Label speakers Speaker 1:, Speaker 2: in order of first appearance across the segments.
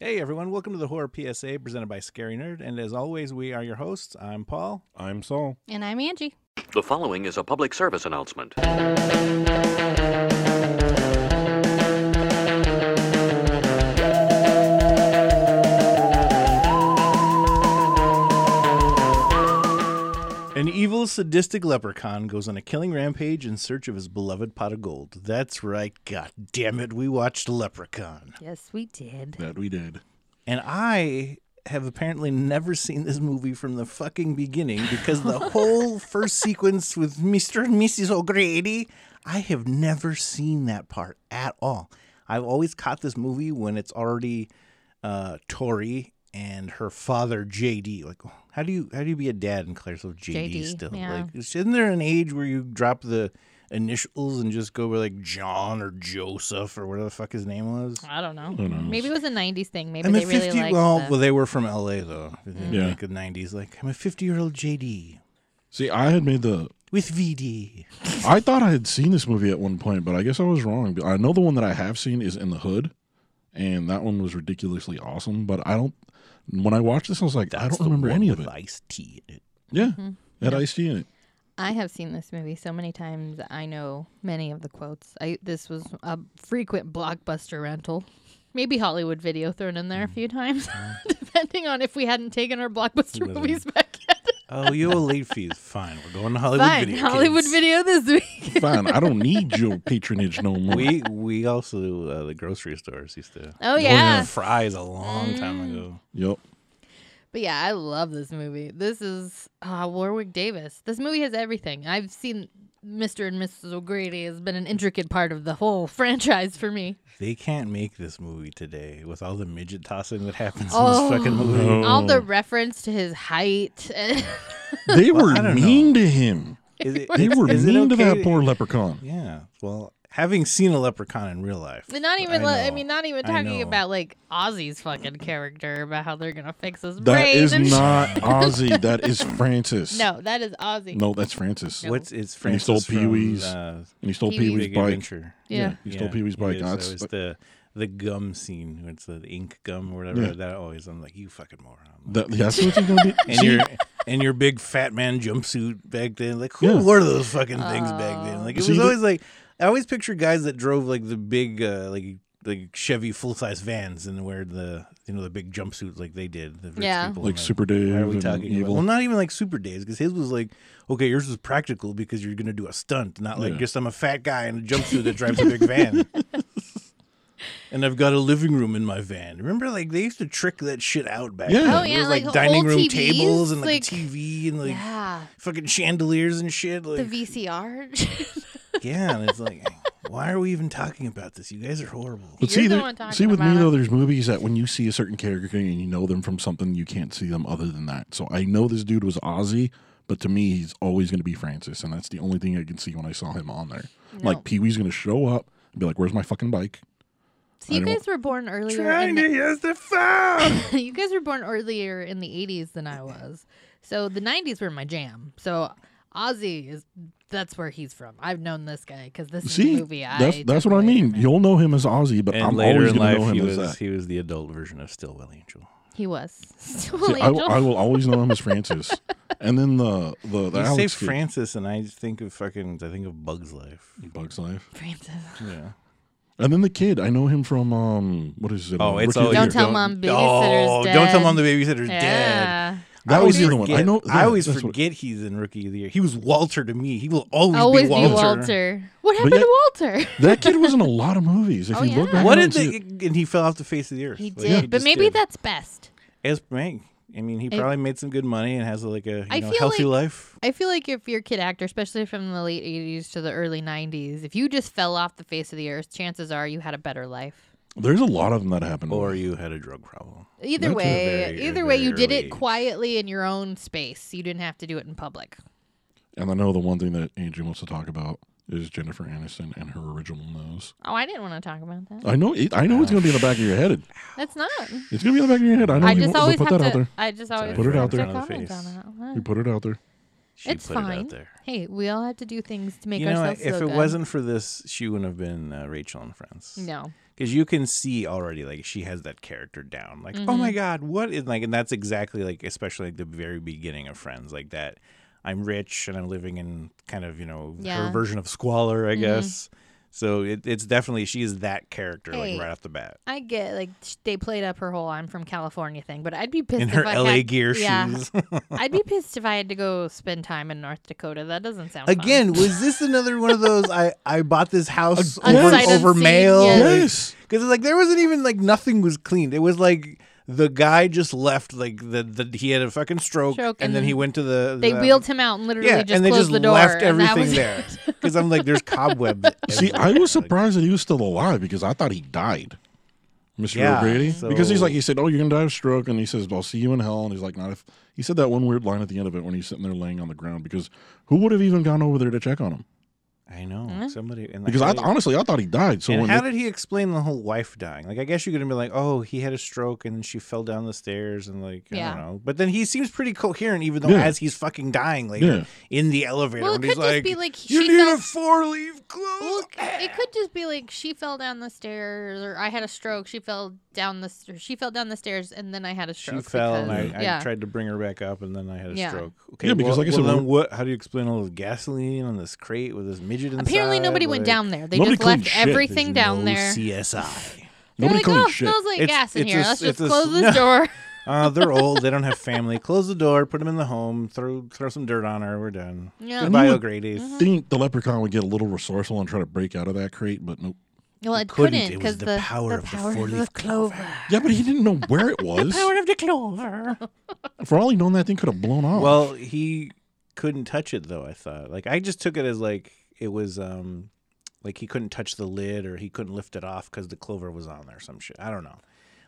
Speaker 1: Hey everyone, welcome to the Horror PSA presented by Scary Nerd. And as always, we are your hosts. I'm Paul.
Speaker 2: I'm Saul.
Speaker 3: And I'm Angie.
Speaker 4: The following is a public service announcement.
Speaker 1: An evil, sadistic leprechaun goes on a killing rampage in search of his beloved pot of gold. That's right, god damn it, we watched Leprechaun.
Speaker 3: Yes, we did.
Speaker 2: That we did.
Speaker 1: And I have apparently never seen this movie from the fucking beginning because the whole first sequence with Mr. and Mrs. O'Grady, I have never seen that part at all. I've always caught this movie when it's already uh, Tori and her father JD. Like, how do you how do you be a dad and Claire's with JD,
Speaker 3: JD,
Speaker 1: still?
Speaker 3: yeah.
Speaker 1: Like, isn't there an age where you drop the initials and just go by like John or Joseph or whatever the fuck his name was?
Speaker 3: I don't know.
Speaker 2: Who knows?
Speaker 3: Maybe it was a 90s thing. Maybe
Speaker 1: I'm
Speaker 3: they
Speaker 1: a
Speaker 3: really
Speaker 1: 50.
Speaker 3: liked
Speaker 1: well,
Speaker 3: the-
Speaker 1: well, they were from LA though.
Speaker 2: Yeah.
Speaker 1: Yeah. Like the 90s. Like I'm a 50 year old JD
Speaker 2: See, I had made the.
Speaker 1: with VD.
Speaker 2: I thought I had seen this movie at one point, but I guess I was wrong. I know the one that I have seen is In the Hood, and that one was ridiculously awesome. But I don't. When I watched this, I was like, I don't remember any of it.
Speaker 1: Ice tea in it.
Speaker 2: Yeah,
Speaker 1: mm-hmm.
Speaker 2: it had Ice-T in it.
Speaker 3: I have seen this movie so many times. I know many of the quotes. I This was a frequent blockbuster rental. Maybe Hollywood video thrown in there a few times, depending on if we hadn't taken our blockbuster movies back yet.
Speaker 1: Oh, you owe late fees. Fine, we're going to Hollywood
Speaker 3: Fine,
Speaker 1: video.
Speaker 3: Hollywood
Speaker 1: kids.
Speaker 3: video this week.
Speaker 2: Fine, I don't need your patronage no more.
Speaker 1: We we also uh, the grocery stores used to.
Speaker 3: Oh,
Speaker 1: Going
Speaker 3: yeah. Mm.
Speaker 1: to fries a long time ago.
Speaker 2: yep.
Speaker 3: But yeah, I love this movie. This is uh, Warwick Davis. This movie has everything. I've seen Mr. and Mrs. O'Grady has been an intricate part of the whole franchise for me.
Speaker 1: They can't make this movie today with all the midget tossing that happens
Speaker 3: Oh.
Speaker 1: in this fucking movie.
Speaker 3: All
Speaker 2: Mm.
Speaker 3: the reference to his height.
Speaker 2: They
Speaker 1: I
Speaker 2: were
Speaker 1: don't
Speaker 2: mean to him.
Speaker 1: Is it-
Speaker 2: They
Speaker 1: is-
Speaker 2: were
Speaker 1: is it
Speaker 2: mean to
Speaker 1: okay
Speaker 2: that poor leprechaun.
Speaker 1: Yeah. Well, having seen a leprechaun in real life,
Speaker 3: not even,
Speaker 1: I
Speaker 3: I, I
Speaker 1: know.
Speaker 3: mean, not even
Speaker 1: I
Speaker 3: talking
Speaker 1: know.
Speaker 3: about like Ozzy's fucking character about how they're gonna fix his
Speaker 2: That
Speaker 3: brain.
Speaker 2: is
Speaker 3: and shit.
Speaker 2: not Ozzy. That is Francis.
Speaker 3: No, that is Ozzy.
Speaker 2: No, that's Francis.
Speaker 3: No.
Speaker 1: what's it's
Speaker 2: And he
Speaker 1: Francis
Speaker 2: stole
Speaker 1: from,
Speaker 2: Pee-wee's
Speaker 1: uh,
Speaker 2: And he stole
Speaker 3: Pee-wee's
Speaker 2: Pee Wee's
Speaker 1: Big
Speaker 2: bike.
Speaker 1: Adventure.
Speaker 3: Yeah.
Speaker 2: He stole Pee Wee's
Speaker 1: It
Speaker 2: bike.
Speaker 1: is,
Speaker 2: That's-
Speaker 1: it was the the gum scene. where It's the ink gum or whatever.
Speaker 2: Yeah.
Speaker 1: That always I'm like, you fucking moron.
Speaker 2: That, that's what you're gonna be.
Speaker 1: And
Speaker 2: See,
Speaker 1: your and your big fat man jumpsuit back then. Like who
Speaker 2: Yeah.
Speaker 1: wore those fucking things back then? Like it
Speaker 2: See,
Speaker 1: was
Speaker 2: the-
Speaker 1: always like I always picture guys that drove like the big uh, like like Chevy full size vans and wear the you know the big jumpsuits like they did. The rich
Speaker 3: Yeah.
Speaker 1: people in
Speaker 2: like
Speaker 1: the-
Speaker 2: Super Dave
Speaker 1: why are we
Speaker 2: and
Speaker 1: talking about-
Speaker 2: Evil.
Speaker 1: Well, not even like super days, because his was like, okay, yours was practical because you're gonna do a stunt, not like
Speaker 2: Yeah.
Speaker 1: just I'm a fat guy in a jumpsuit that drives a big van. And I've got a living room in my van. Remember, like they used to trick that shit out back
Speaker 2: Yeah.
Speaker 1: then.
Speaker 2: Oh,
Speaker 1: It
Speaker 3: yeah,
Speaker 1: was, like,
Speaker 3: like,
Speaker 1: dining
Speaker 3: old
Speaker 1: room
Speaker 3: TVs,
Speaker 1: tables and like,
Speaker 3: like-
Speaker 1: a TV and like
Speaker 3: yeah,
Speaker 1: fucking chandeliers and shit.
Speaker 3: the
Speaker 1: Like,
Speaker 3: VCR.
Speaker 1: yeah, and it's like, why are we even talking about this? You guys are horrible.
Speaker 2: But
Speaker 3: You're
Speaker 2: see,
Speaker 3: the
Speaker 2: there-
Speaker 3: one talking
Speaker 2: see, with me
Speaker 3: about
Speaker 2: though,
Speaker 3: it.
Speaker 2: there's movies that when you see a certain character and you know them from something, you can't see them other than that. So I know this dude was Ozzy, but to me, he's always going to be Francis, and that's the only thing I can see when I saw him on there. I'm Like Pee Wee's going to show up and be like, "Where's my fucking bike?"
Speaker 3: so you
Speaker 2: I don't-
Speaker 3: guys were born earlier. in
Speaker 1: Trying
Speaker 3: the-
Speaker 1: to use the phone.
Speaker 3: you guys were born earlier in the 80s than I was. So the 90s were my jam. So Ozzy is that's where he's from. I've known this guy because this
Speaker 2: See,
Speaker 3: is a movie I
Speaker 2: that's that's
Speaker 3: took
Speaker 2: what I
Speaker 3: away
Speaker 2: mean.
Speaker 3: from it.
Speaker 2: You'll know him as Ozzy, but
Speaker 1: And
Speaker 2: I'm
Speaker 1: later
Speaker 2: always
Speaker 1: in
Speaker 2: going to know
Speaker 1: life,
Speaker 2: him
Speaker 1: he
Speaker 2: as
Speaker 1: was
Speaker 2: that.
Speaker 1: he was the adult version of Stillwell Angel.
Speaker 3: He was.
Speaker 2: See,
Speaker 3: Stolen
Speaker 2: I, will-
Speaker 3: Angel.
Speaker 2: I will always know him as Francis. And then the the, the
Speaker 1: you
Speaker 2: Alex
Speaker 1: say
Speaker 2: kid.
Speaker 1: Francis, and I think of fucking. I think of Bug's Life.
Speaker 2: Bugs Life.
Speaker 3: Francis.
Speaker 1: Yeah.
Speaker 2: And then the kid, I know him from um, what is it?
Speaker 1: Oh,
Speaker 2: uh,
Speaker 1: it's
Speaker 2: Rookie of
Speaker 1: all
Speaker 2: the
Speaker 3: Don't
Speaker 2: Year.
Speaker 3: tell Mom Babysitter's
Speaker 1: Oh, don't tell
Speaker 3: Dead.
Speaker 1: mom the babysitter's dead.
Speaker 3: Yeah.
Speaker 1: I
Speaker 2: That
Speaker 1: always
Speaker 2: was the other one. I
Speaker 1: forget-
Speaker 2: know.
Speaker 1: I
Speaker 2: yeah,
Speaker 1: always
Speaker 2: that's what-
Speaker 1: forget he's in Rookie of the Year. He was Walter to me. He will always,
Speaker 3: Always
Speaker 1: be
Speaker 3: be
Speaker 1: Walter.
Speaker 3: Oh, Walter. What happened
Speaker 2: yet-
Speaker 3: to Walter?
Speaker 2: that kid was in a lot of movies. If
Speaker 3: Oh,
Speaker 2: you look
Speaker 3: yeah.
Speaker 2: back,
Speaker 1: What
Speaker 2: on
Speaker 1: did
Speaker 2: it,
Speaker 1: they? And he fell off the face of the earth.
Speaker 3: He
Speaker 1: Like,
Speaker 3: did, but
Speaker 1: just
Speaker 3: maybe
Speaker 1: did.
Speaker 3: that's best.
Speaker 1: as man, I mean, he
Speaker 3: It-
Speaker 1: probably made some good money and has like a you
Speaker 3: I
Speaker 1: know,
Speaker 3: feel
Speaker 1: healthy
Speaker 3: like-
Speaker 1: life.
Speaker 3: I feel like if you're a kid actor, especially from the late 80s to the early 90s, if you just fell off the face of the earth, chances are you had a better life.
Speaker 2: there's a lot of them that happened.
Speaker 1: Or you had a drug problem.
Speaker 3: Either
Speaker 2: That's a
Speaker 3: way,
Speaker 1: very-
Speaker 3: either way,
Speaker 1: very
Speaker 3: you did
Speaker 1: early
Speaker 3: it
Speaker 1: age.
Speaker 3: quietly in your own space. You didn't have to do it in public.
Speaker 2: and I know the one thing that Andrew wants to talk about is Jennifer Aniston and her original nose.
Speaker 3: Oh, I didn't want to talk about that.
Speaker 2: I know. It, I know it's gonna be in the back of your head.
Speaker 3: That's not.
Speaker 2: It's gonna be in the back of your head. I know.
Speaker 3: I
Speaker 2: you
Speaker 3: just
Speaker 2: want,
Speaker 3: always
Speaker 2: but put
Speaker 3: have
Speaker 2: that out
Speaker 3: to.
Speaker 2: there.
Speaker 3: I just always
Speaker 1: Put it
Speaker 3: have
Speaker 1: out there.
Speaker 3: to
Speaker 1: Front of the
Speaker 3: comment on it.
Speaker 2: We
Speaker 3: Well,
Speaker 2: put it out there.
Speaker 1: She
Speaker 3: It's
Speaker 1: put it out
Speaker 3: fine.
Speaker 1: there.
Speaker 3: Hey, we all have to do things to make
Speaker 1: You know,
Speaker 3: ourselves
Speaker 1: if
Speaker 3: feel
Speaker 1: it
Speaker 3: good.
Speaker 1: wasn't for this, she wouldn't have been uh, Rachel and Friends.
Speaker 3: no,
Speaker 1: because you can see already like she has that character down. Like, oh
Speaker 3: Mm-hmm.
Speaker 1: my god, what is like? And that's exactly like, especially like the very beginning of Friends, like that. I'm rich and I'm living in kind of you know her
Speaker 3: Yeah. Mm-hmm.
Speaker 1: version of squalor, I guess. So it, it's definitely she is that character
Speaker 3: Hey.
Speaker 1: like right off the bat.
Speaker 3: I get like sh- they played up her whole "I'm from California" thing, but I'd be pissed
Speaker 1: In
Speaker 3: if
Speaker 1: her
Speaker 3: I
Speaker 1: LA
Speaker 3: had-
Speaker 1: gear
Speaker 3: yeah,
Speaker 1: shoes.
Speaker 3: I'd be pissed if I had to go spend time in North Dakota. That doesn't sound fun.
Speaker 1: Again, was this another one of those I I bought this house
Speaker 2: Again.
Speaker 1: over
Speaker 2: Sight
Speaker 1: over
Speaker 3: unseen,
Speaker 1: mail?
Speaker 3: yes.
Speaker 2: Yes.
Speaker 1: Because like there wasn't even like nothing was cleaned. It was like the guy just left like the, the he had a fucking stroke,
Speaker 3: Stroke,
Speaker 1: and,
Speaker 3: and
Speaker 1: then he
Speaker 3: then
Speaker 1: went to the
Speaker 3: They
Speaker 1: the-
Speaker 3: wheeled him out and literally
Speaker 1: yeah,
Speaker 3: just
Speaker 1: and they
Speaker 3: closed
Speaker 1: just
Speaker 3: the door.
Speaker 1: left
Speaker 3: and that
Speaker 1: everything
Speaker 3: was-
Speaker 1: there. Because I'm like, there's cobwebs.
Speaker 2: See, I
Speaker 1: everywhere.
Speaker 2: was
Speaker 1: Like,
Speaker 2: surprised that he was still alive because I thought he died, Mr.
Speaker 1: Yeah,
Speaker 2: O'Grady. Because he's
Speaker 1: so-
Speaker 2: like, he said, Oh, you're going to die of stroke. And he says, I'll see you in hell. And he's like, Not if. He said that one weird line at the end of it when he's sitting there laying on the ground because who would have even gone over there to check on him?
Speaker 1: I know somebody and like,
Speaker 2: Because I
Speaker 1: how did-
Speaker 2: honestly, I thought he died. So
Speaker 1: and
Speaker 2: when
Speaker 1: how
Speaker 2: they-
Speaker 1: did he explain the whole wife dying? Like, I guess you could have been like, oh, he had a stroke and she fell down the stairs and like, I
Speaker 3: Yeah.
Speaker 1: don't know. But then he seems pretty coherent, even though
Speaker 2: Yeah.
Speaker 1: as he's fucking dying later in the elevator,
Speaker 3: Well, it
Speaker 1: when
Speaker 3: could
Speaker 1: he's
Speaker 3: just
Speaker 1: like,
Speaker 3: be like
Speaker 1: you
Speaker 3: she
Speaker 1: need
Speaker 3: fell-
Speaker 1: a four leaf cloak.
Speaker 3: Well, it could just be like she fell down the stairs, or I had a stroke. She fell down the st- she fell down the stairs, and then I had a
Speaker 1: She
Speaker 3: stroke.
Speaker 1: fell, and
Speaker 3: because-
Speaker 1: I,
Speaker 3: yeah.
Speaker 1: I tried to bring her back up, and then I had a
Speaker 3: Yeah.
Speaker 1: stroke. Okay,
Speaker 2: Yeah, because
Speaker 1: well-
Speaker 2: like I said,
Speaker 1: well, then
Speaker 2: we-
Speaker 1: what? How do you explain all this gasoline on this crate with this midget inside?
Speaker 3: Apparently, nobody went
Speaker 1: Like,
Speaker 3: down there. They
Speaker 2: Nobody
Speaker 3: just left
Speaker 2: cleaned shit.
Speaker 1: there's
Speaker 3: everything down
Speaker 1: no
Speaker 3: there.
Speaker 1: CSI.
Speaker 3: They're
Speaker 2: Nobody
Speaker 3: like,
Speaker 2: cleaned
Speaker 3: oh,
Speaker 2: shit.
Speaker 3: smells like
Speaker 1: It's-
Speaker 3: gas in
Speaker 1: it's
Speaker 3: here.
Speaker 1: a-
Speaker 3: Let's
Speaker 1: it's
Speaker 3: just
Speaker 1: a-
Speaker 3: close
Speaker 1: no.
Speaker 3: this door.
Speaker 1: Uh, they're old. They don't have family. Close the door. Put them in the home. Throw throw some dirt on her. We're done.
Speaker 3: Yeah. Mm-hmm.
Speaker 1: Goodbye,
Speaker 2: You would-
Speaker 1: O'Grady.
Speaker 2: think the leprechaun would get a little resourceful and try to break out of that crate, but nope.
Speaker 3: Well, it
Speaker 1: couldn't.
Speaker 3: couldn't
Speaker 1: It was
Speaker 3: because
Speaker 1: the
Speaker 3: the
Speaker 1: power of the
Speaker 3: "Oh,
Speaker 1: four-leaf
Speaker 2: Yeah, but he didn't know where it was.
Speaker 1: of the clover.
Speaker 2: For all he known, that thing could have blown off.
Speaker 1: Well, he couldn't touch it though. I thought. Like I just took it as like it was um like he couldn't touch the lid or he couldn't lift it off because the clover was on there. or Some shit. I don't know.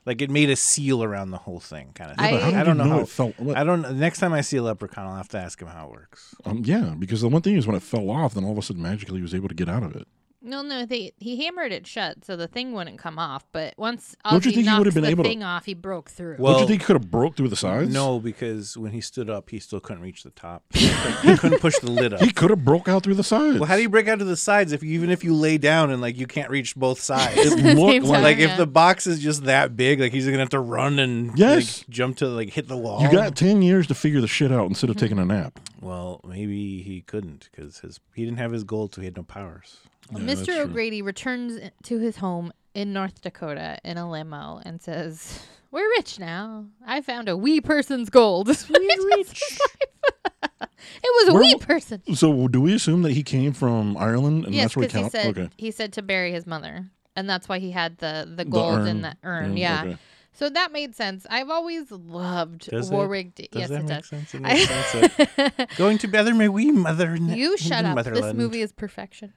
Speaker 1: Like it made a seal around the whole thing, kind of.
Speaker 3: Yeah,
Speaker 1: thing.
Speaker 3: but how did
Speaker 1: I
Speaker 2: you
Speaker 1: don't know
Speaker 2: know
Speaker 1: how
Speaker 2: it felt- what-
Speaker 1: I don't. know. Next time I see a leprechaun, I'll have to ask him how it works.
Speaker 2: um, yeah, because the one thing is when it fell off, then all of a sudden magically he was able to get out of it.
Speaker 3: No, no, they he hammered it shut, so the thing wouldn't come off. But once
Speaker 2: Don't you
Speaker 3: Ozzy
Speaker 2: think he
Speaker 3: knocked
Speaker 2: would've been
Speaker 3: the
Speaker 2: able to-
Speaker 3: thing off, he broke through.
Speaker 1: Well-
Speaker 2: Don't you think he could have broke through the sides?
Speaker 1: No, because when he stood up, he still couldn't reach the top. He couldn't- he couldn't push the lid up.
Speaker 2: He could have broke out through the sides.
Speaker 1: Well, how do you break out to the sides if you, even if you lay down and like you can't reach both sides?
Speaker 2: It looked
Speaker 3: Same
Speaker 2: like-
Speaker 1: like if
Speaker 3: Yeah.
Speaker 1: the box is just that big, like he's gonna have to run and
Speaker 2: Yes.
Speaker 1: like, jump to like hit the wall.
Speaker 2: you got ten years to figure the shit out instead of taking a nap.
Speaker 1: Well, maybe he couldn't because his he didn't have his gold, so he had no powers.
Speaker 2: that's
Speaker 3: Mr.
Speaker 2: true.
Speaker 3: O'Grady returns to his home in North Dakota in a limo and says, "We're rich now. I found a wee person's gold." That's what he tells his wife. it was a
Speaker 2: Where
Speaker 3: wee
Speaker 2: wa-
Speaker 3: person.
Speaker 2: So do we assume that he came from Ireland and
Speaker 3: yes,
Speaker 2: that's where he
Speaker 3: because he
Speaker 2: count?
Speaker 3: said
Speaker 2: okay.
Speaker 3: he said to bury his mother, and that's why he had the the gold
Speaker 2: urn.
Speaker 3: in the urn.
Speaker 2: Mm,
Speaker 3: Yeah.
Speaker 2: okay.
Speaker 3: So that made sense. I've always loved
Speaker 1: Does it?
Speaker 3: Warwick. D-
Speaker 1: Does
Speaker 3: yes,
Speaker 1: that
Speaker 3: it
Speaker 1: make
Speaker 3: does.
Speaker 1: sense? It makes sense. that- Going to bother my wee mother. In
Speaker 3: You
Speaker 1: in
Speaker 3: shut
Speaker 1: the
Speaker 3: up. This
Speaker 1: motherland.
Speaker 3: movie is perfection.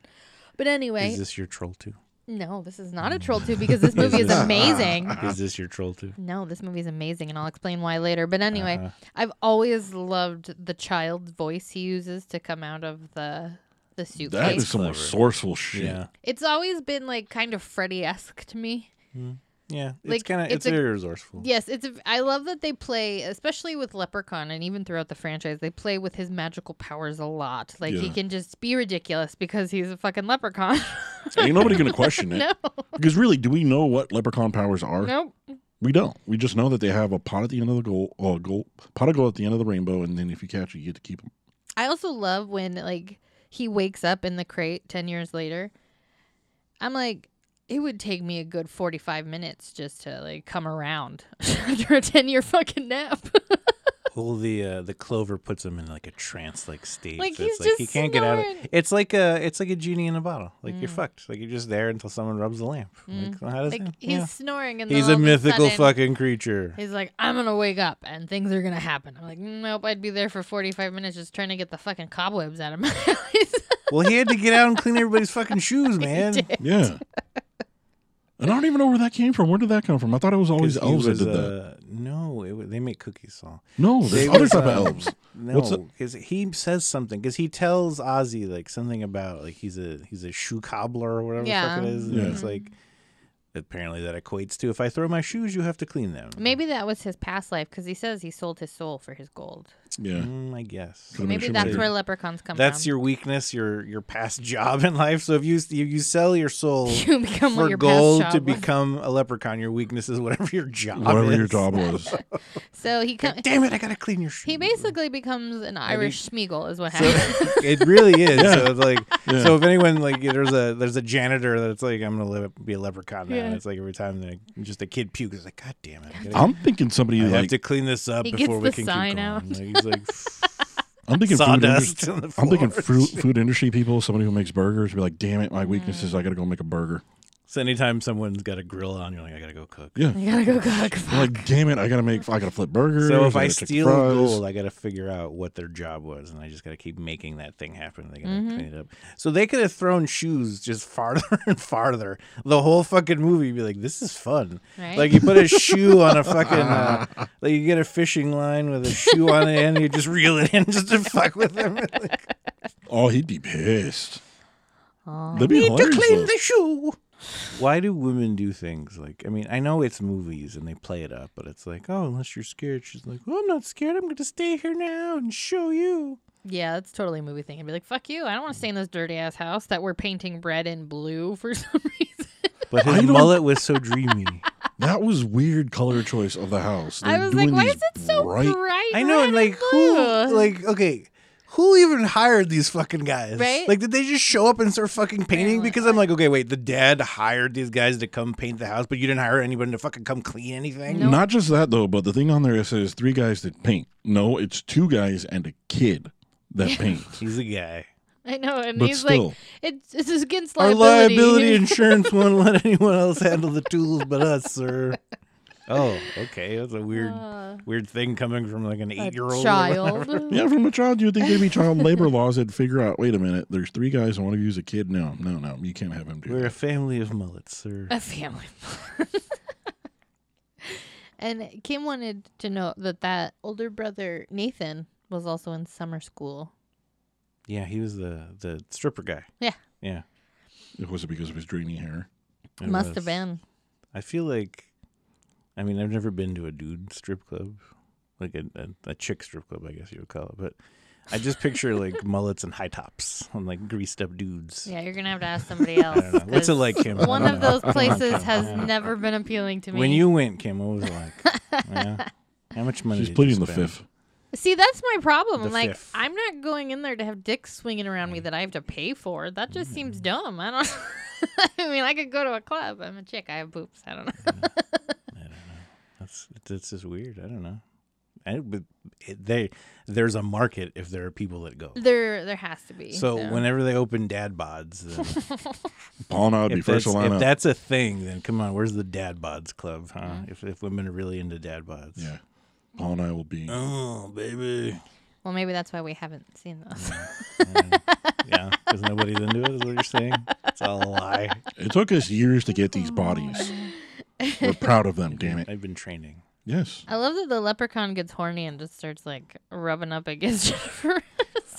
Speaker 3: But anyway,
Speaker 1: Is this your troll too?
Speaker 3: no, this is not a troll too because this movie is
Speaker 1: this-
Speaker 3: amazing.
Speaker 1: Is this your troll too?
Speaker 3: No, this movie is amazing, and I'll explain why later. But anyway,
Speaker 1: Uh-huh.
Speaker 3: I've always loved the child voice he uses to come out of the the suitcase.
Speaker 2: That is some
Speaker 1: Clever.
Speaker 2: resourceful shit.
Speaker 1: Yeah,
Speaker 3: It's always been like kind of Freddy esque to me.
Speaker 1: yeah. It's
Speaker 3: Like,
Speaker 1: kind of
Speaker 3: it's
Speaker 1: it's,
Speaker 3: a-
Speaker 1: very resourceful.
Speaker 3: Yes, it's. A, I love that they play, especially with Leprechaun, and even throughout the franchise, they play with his magical powers a lot. Like he
Speaker 2: Yeah.
Speaker 3: can just be ridiculous because he's a fucking leprechaun.
Speaker 2: Ain't nobody gonna question it.
Speaker 3: no,
Speaker 2: Because really, do we know what leprechaun powers are?
Speaker 3: nope.
Speaker 2: We don't. We just know that they have a pot at the end of the goal, uh, goal pot of gold at the end of the rainbow, and then if you catch it, you get to keep them.
Speaker 3: I also love when like he wakes up in the crate 10 years later. I'm like it would take me a good 45 minutes just to like come around after a 10 year fucking nap.
Speaker 1: Well, the uh, the clover puts him in like a trance like state.
Speaker 3: Like,
Speaker 1: that's
Speaker 3: he's
Speaker 1: like he
Speaker 3: just
Speaker 1: can't get out of
Speaker 3: snoring.
Speaker 1: it. It's like a it's like a genie in a bottle. Like you're fucked. Like you're just there until someone rubs the lamp. Like well, how does
Speaker 3: Mm. like
Speaker 1: that-
Speaker 3: he's
Speaker 1: yeah.
Speaker 3: snoring and then
Speaker 1: He's
Speaker 3: all
Speaker 1: a
Speaker 3: of
Speaker 1: mythical
Speaker 3: sudden,
Speaker 1: fucking creature.
Speaker 3: He's like, I'm gonna wake up and things are gonna happen. I'm like, nope, I'd be there for 45 minutes just trying to get the fucking cobwebs out of my eyes.
Speaker 1: well, he had to get out and clean everybody's fucking shoes, man.
Speaker 2: Yeah. and I don't even know where that came from. Where did that come from? I thought it was always
Speaker 1: 'Cause he
Speaker 2: elves
Speaker 1: was,
Speaker 2: that did that.
Speaker 1: uh, No, it, wa- they make cookies. Saul.
Speaker 2: No,
Speaker 1: they
Speaker 2: there's other
Speaker 1: was,
Speaker 2: type of
Speaker 1: uh,
Speaker 2: elves. What's
Speaker 1: No, because he says something. Because he tells Ozzy like something about like he's a he's a shoe cobbler or whatever the fuck
Speaker 3: Yeah.
Speaker 1: it is. And
Speaker 2: Yeah.
Speaker 1: it's like Apparently, that equates to if I throw my shoes, you have to clean them.
Speaker 3: Maybe that was his past life because he says he sold his soul for his gold.
Speaker 2: Yeah.
Speaker 1: Mm, I guess.
Speaker 2: Could've been a
Speaker 3: Maybe that's
Speaker 2: shoemaker.
Speaker 3: where leprechauns come
Speaker 1: That's
Speaker 3: from.
Speaker 1: your weakness, your your past job in life. So if you if you sell your soul
Speaker 3: you become what
Speaker 1: for
Speaker 3: your
Speaker 1: gold
Speaker 3: past
Speaker 1: to
Speaker 3: job was.
Speaker 1: become a leprechaun, your weakness is whatever your job
Speaker 2: Whatever
Speaker 1: is.
Speaker 2: your job was.
Speaker 3: So he com-
Speaker 1: Damn it! I gotta clean your shoes.
Speaker 3: he basically becomes an Irish Smeagol, is what happens.
Speaker 1: it really is. So it's like, so if anyone like there's a there's a janitor that's like, I'm gonna live, be a leprechaun now.
Speaker 3: Yeah.
Speaker 1: And it's like every time they, just a kid pukes, it's like, God damn it! I, gotta,
Speaker 2: I'm thinking somebody
Speaker 1: I have
Speaker 2: like
Speaker 1: to clean this up
Speaker 3: He gets
Speaker 1: before we
Speaker 3: the
Speaker 1: can
Speaker 3: sign
Speaker 1: keep going.
Speaker 3: out.
Speaker 1: Like, he's like
Speaker 2: I'm thinking food
Speaker 1: sawdust
Speaker 2: industry.
Speaker 1: on the
Speaker 2: I'm
Speaker 1: floor.
Speaker 2: thinking fruit, food industry people, somebody who makes burgers, be like, damn it, my weakness is I got to go make a burger.
Speaker 1: So anytime someone's got a grill on, you're like, I gotta go cook.
Speaker 2: Yeah.
Speaker 3: I gotta go cook.
Speaker 2: They're like, damn it, I got to make, I got to flip burgers.
Speaker 1: So if I
Speaker 2: gotta chicken
Speaker 1: steal
Speaker 2: fries."
Speaker 1: gold, I got to figure out what their job was, and I just got to keep making that thing happen. They got to clean it up. So they could have thrown shoes just farther and farther. The whole fucking movie be like, this is fun.
Speaker 3: Right?
Speaker 1: Like you put a shoe on a fucking, uh, like you get a fishing line with a shoe on it, and you just reel it in just to fuck with them. Like,
Speaker 2: Oh, he'd be pissed.
Speaker 3: Oh.
Speaker 2: That'd be hilarious. though.
Speaker 1: shoe. Why do women do things like? I mean, I know it's movies and they play it up, but it's like, oh, unless you're scared, she's like, well, I'm not scared. I'm going to stay here now and show you.
Speaker 3: Yeah, that's totally a movie thing. I'd be like, fuck you. I don't want to stay in this dirty ass house that we're painting red and blue for some reason.
Speaker 1: But
Speaker 2: I
Speaker 1: his
Speaker 2: don't-
Speaker 1: mullet was so dreamy.
Speaker 2: That was weird color choice of the house.
Speaker 3: I
Speaker 2: They're
Speaker 3: was like,
Speaker 2: doing
Speaker 3: why
Speaker 2: these
Speaker 3: is it so
Speaker 2: bright?
Speaker 3: bright?
Speaker 1: I know,
Speaker 3: red
Speaker 1: and like
Speaker 3: blue?"
Speaker 1: who, like okay, who even hired these fucking guys?
Speaker 3: Right?
Speaker 1: Like, did they just show up and start fucking painting?
Speaker 3: Apparently.
Speaker 1: Because I'm like, okay, wait, the dad hired these guys to come paint the house, but you didn't hire anyone to fucking come clean anything.
Speaker 3: Nope.
Speaker 2: Not just that though, but the thing on there it says three guys that paint. No, it's two guys and a kid that paint.
Speaker 1: He's a guy.
Speaker 3: I know, and
Speaker 2: But
Speaker 3: he's
Speaker 2: still,
Speaker 3: like, it's, it's against
Speaker 1: Our
Speaker 3: liability.
Speaker 1: liability insurance won't let anyone else handle the tools but us, sir. Oh, okay, that's a weird,
Speaker 3: Uh,
Speaker 1: weird thing coming from like an
Speaker 3: a
Speaker 1: eight-year-old or whatever.
Speaker 3: child.
Speaker 2: yeah, from a child, you would think there'd be child labor laws that'd figure out. Wait a minute, there's three guys and one of you's a kid. No, no, no, you can't have him do
Speaker 1: We're a
Speaker 2: that.
Speaker 1: family of mullets, sir.
Speaker 3: a family. and Kim wanted to know that that older brother Nathan was also in summer school.
Speaker 1: Yeah, he was the the stripper guy.
Speaker 3: Yeah.
Speaker 1: yeah.
Speaker 2: It was it because of his dreamy hair?
Speaker 1: it
Speaker 3: Must
Speaker 1: was.
Speaker 3: have been.
Speaker 1: I feel like, I mean, I've never been to a dude strip club, like a, a, a chick strip club, I guess you would call it. But I just picture like mullets and high tops on like greased up dudes.
Speaker 3: Yeah, you're gonna have to ask somebody else.
Speaker 1: I don't know. What's it
Speaker 3: 'cause
Speaker 1: like, Kim? I
Speaker 3: One
Speaker 1: don't
Speaker 3: of
Speaker 1: know.
Speaker 3: those places has never been appealing to me.
Speaker 1: When you went, Kim, what was it like? yeah. How much money?
Speaker 2: She's
Speaker 1: did you
Speaker 2: pleading the
Speaker 1: spend?
Speaker 2: fifth.
Speaker 3: see, that's my problem.
Speaker 1: The
Speaker 3: I'm like,
Speaker 1: fifth. Mm.
Speaker 3: I'm not going in there to have dicks swinging around me that I have to pay for. That just seems dumb. I don't. I mean, I could go to a club. I'm a chick. I have boobs. I don't know.
Speaker 1: That's that's just weird. I don't know. I, but it, they, there's a market if there are people that go.
Speaker 3: there, there has to be.
Speaker 1: So whenever they open dad bods, then
Speaker 2: Paul and I would be
Speaker 1: if
Speaker 2: first
Speaker 1: that's,
Speaker 2: to line
Speaker 1: if
Speaker 2: up.
Speaker 1: that's a thing, then come on, where's the dad bods club, huh? If, if women are really into dad bods.
Speaker 2: yeah, Paul and I will be.
Speaker 1: Oh, baby.
Speaker 3: well, maybe that's why we haven't seen those.
Speaker 1: Yeah, because nobody's into it, is what you're saying? It's all a lie.
Speaker 2: It took us years to get these bodies. We're proud of them. Damn it.
Speaker 1: I've been training.
Speaker 2: Yes.
Speaker 3: I love that the leprechaun gets horny and just starts like rubbing up against Jennifer.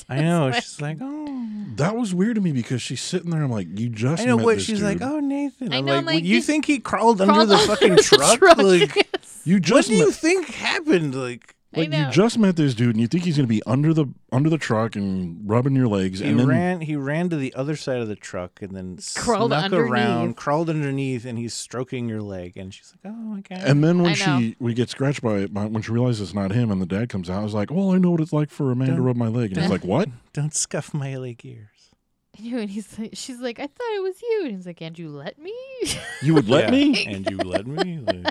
Speaker 1: I know. She's like, oh.
Speaker 2: That was weird to me because she's sitting there. I'm like, you just.
Speaker 1: I know
Speaker 2: met
Speaker 1: what
Speaker 2: this
Speaker 1: she's
Speaker 2: dude.
Speaker 1: like. Oh, Nathan.
Speaker 3: I
Speaker 1: I'm
Speaker 3: know,
Speaker 1: like,
Speaker 3: I'm like,
Speaker 1: "Well, you
Speaker 3: you
Speaker 1: think he crawled under
Speaker 3: Crawled
Speaker 1: the
Speaker 3: under
Speaker 1: fucking
Speaker 3: the
Speaker 1: truck?
Speaker 3: truck,
Speaker 1: Like,
Speaker 3: yes.
Speaker 2: You
Speaker 1: what
Speaker 2: just
Speaker 1: do
Speaker 2: met,
Speaker 1: you think happened? Like,
Speaker 3: I
Speaker 2: like
Speaker 3: know.
Speaker 2: you just met this dude, and you think he's gonna be under the under the truck and rubbing your legs,
Speaker 1: he
Speaker 2: and then
Speaker 1: ran. He ran to the other side of the truck and then
Speaker 3: Crawled
Speaker 1: snuck around,
Speaker 3: underneath.
Speaker 1: crawled underneath, and he's stroking your leg. And she's like, "Oh my god!"
Speaker 2: and then when
Speaker 3: I know.
Speaker 2: she we get scratched by it, by- when she realizes it's not him, and the dad comes out, I was like, well, I know what it's like for a man to
Speaker 1: Dun-
Speaker 2: rub my leg, and he's like, what?
Speaker 1: Don't scuff my leg ears.
Speaker 3: I know, and he's like, she's like, I thought it was you, and he's like, and you let me?
Speaker 2: You would let
Speaker 1: Yeah,
Speaker 2: me?
Speaker 1: And you let me. Like,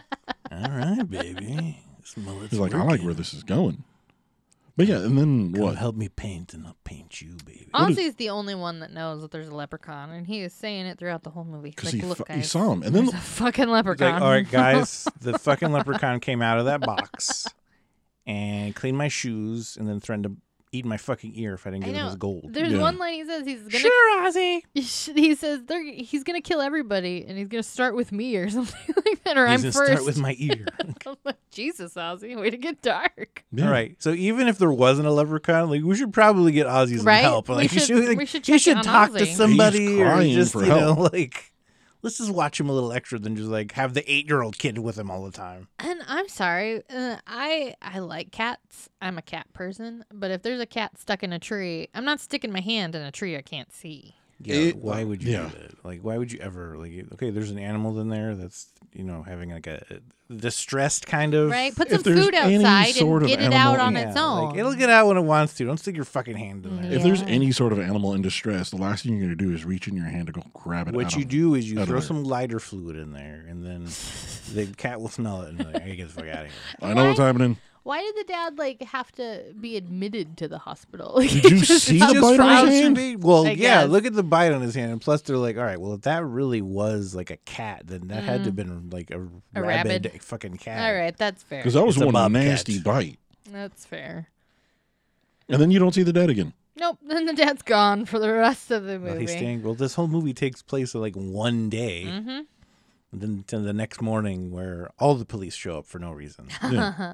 Speaker 1: all right, baby. This mullet's
Speaker 2: He's like, I like
Speaker 1: working.
Speaker 2: where this is going. But yeah, and then
Speaker 1: Come
Speaker 2: what?
Speaker 1: help me paint and I'll paint you, baby.
Speaker 3: Honestly, he's the only one that knows that there's a leprechaun, and he is saying it throughout the whole movie. He's
Speaker 2: Because
Speaker 3: like,
Speaker 2: he,
Speaker 3: look,
Speaker 2: fu- he
Speaker 3: guys,
Speaker 2: saw him, and
Speaker 3: there's
Speaker 2: then
Speaker 3: a fucking
Speaker 1: It's like,
Speaker 3: leprechaun.
Speaker 1: all right, guys, the fucking leprechaun came out of that box and cleaned my shoes and then threatened to eat my fucking ear if I didn't
Speaker 3: I
Speaker 1: give him
Speaker 3: know.
Speaker 1: his gold.
Speaker 3: There's
Speaker 2: Yeah.
Speaker 3: one line he says he's gonna.
Speaker 1: Sure, Ozzy.
Speaker 3: He says they're, he's gonna kill everybody, and he's gonna start with me or something like that, or
Speaker 1: He's
Speaker 3: I'm
Speaker 1: gonna
Speaker 3: first.
Speaker 1: start with my ear.
Speaker 3: I'm like, Jesus, Ozzy, way to get dark.
Speaker 1: All right. So even if there wasn't a leprechaun, like we should probably get Ozzy some
Speaker 3: Right?
Speaker 1: help.
Speaker 3: We
Speaker 1: Like
Speaker 3: should-
Speaker 1: like,
Speaker 3: we should
Speaker 1: he
Speaker 3: check
Speaker 1: should
Speaker 3: on
Speaker 1: talk to
Speaker 3: Ozzy.
Speaker 1: somebody or
Speaker 2: crying
Speaker 1: just
Speaker 2: for
Speaker 1: you know
Speaker 2: help.
Speaker 1: like let's just watch him a little extra than just like have the eight year old kid with him all the time.
Speaker 3: And I'm sorry, uh, I I like cats. I'm a cat person, but if there's a cat stuck in a tree, I'm not sticking my hand in a tree I can't see.
Speaker 1: Yeah.
Speaker 2: It- uh,
Speaker 1: why would you
Speaker 2: yeah.
Speaker 1: do that? Like, why would you ever like? Okay, there's an animal in there that's you know having like a distressed kind of
Speaker 3: Right? Put
Speaker 2: If
Speaker 3: some
Speaker 2: there's
Speaker 3: food
Speaker 2: any
Speaker 3: outside
Speaker 2: sort
Speaker 3: and
Speaker 2: of
Speaker 3: get it out
Speaker 2: animal-
Speaker 3: on
Speaker 1: Yeah,
Speaker 3: its own. Mm-hmm.
Speaker 1: Like, it'll get out when it wants to. Don't stick your fucking hand in there.
Speaker 2: If there's
Speaker 3: Yeah.
Speaker 2: any sort of animal in distress, the last thing you're going to do is reach in your hand to go grab it.
Speaker 1: What
Speaker 2: out
Speaker 1: you
Speaker 2: of-
Speaker 1: do is
Speaker 2: out
Speaker 1: you
Speaker 2: of
Speaker 1: throw
Speaker 2: there.
Speaker 1: some lighter fluid in there, and then the cat will smell it and be like, "Hey, get the fuck out of here."
Speaker 2: I know what's
Speaker 3: Why-
Speaker 2: happening.
Speaker 3: Why did the dad like have to be admitted to the hospital? Like,
Speaker 2: Did you
Speaker 3: it just-
Speaker 2: see the
Speaker 3: just
Speaker 2: bite on his
Speaker 3: froze.
Speaker 2: hand?
Speaker 1: Observate- Well,
Speaker 3: I
Speaker 1: yeah.
Speaker 3: guess.
Speaker 1: Look at the bite on his hand, and plus they're like, "All right, well, if that really was like a cat, then that had to have been like a,
Speaker 3: Mm-hmm. A
Speaker 1: rabid,
Speaker 3: rabid.
Speaker 1: fucking cat."
Speaker 3: All right, that's fair.
Speaker 2: Because that was
Speaker 1: It's a
Speaker 2: one
Speaker 1: bobcat.
Speaker 2: nasty bite.
Speaker 3: That's fair.
Speaker 2: And then you don't see the dead again.
Speaker 3: Nope. Then the dad's gone for the rest of the
Speaker 1: Well,
Speaker 3: movie.
Speaker 1: he's staying. Well, this whole movie takes place in like one day,
Speaker 3: hmm
Speaker 1: and then to the next morning where all the police show up for no reason.
Speaker 2: Yeah.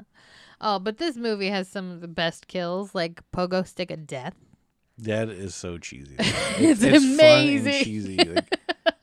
Speaker 3: Oh, but this movie has some of the best kills, like pogo stick of death.
Speaker 1: That is so cheesy.
Speaker 3: It's
Speaker 1: Fun
Speaker 3: amazing.
Speaker 1: and cheesy. Like,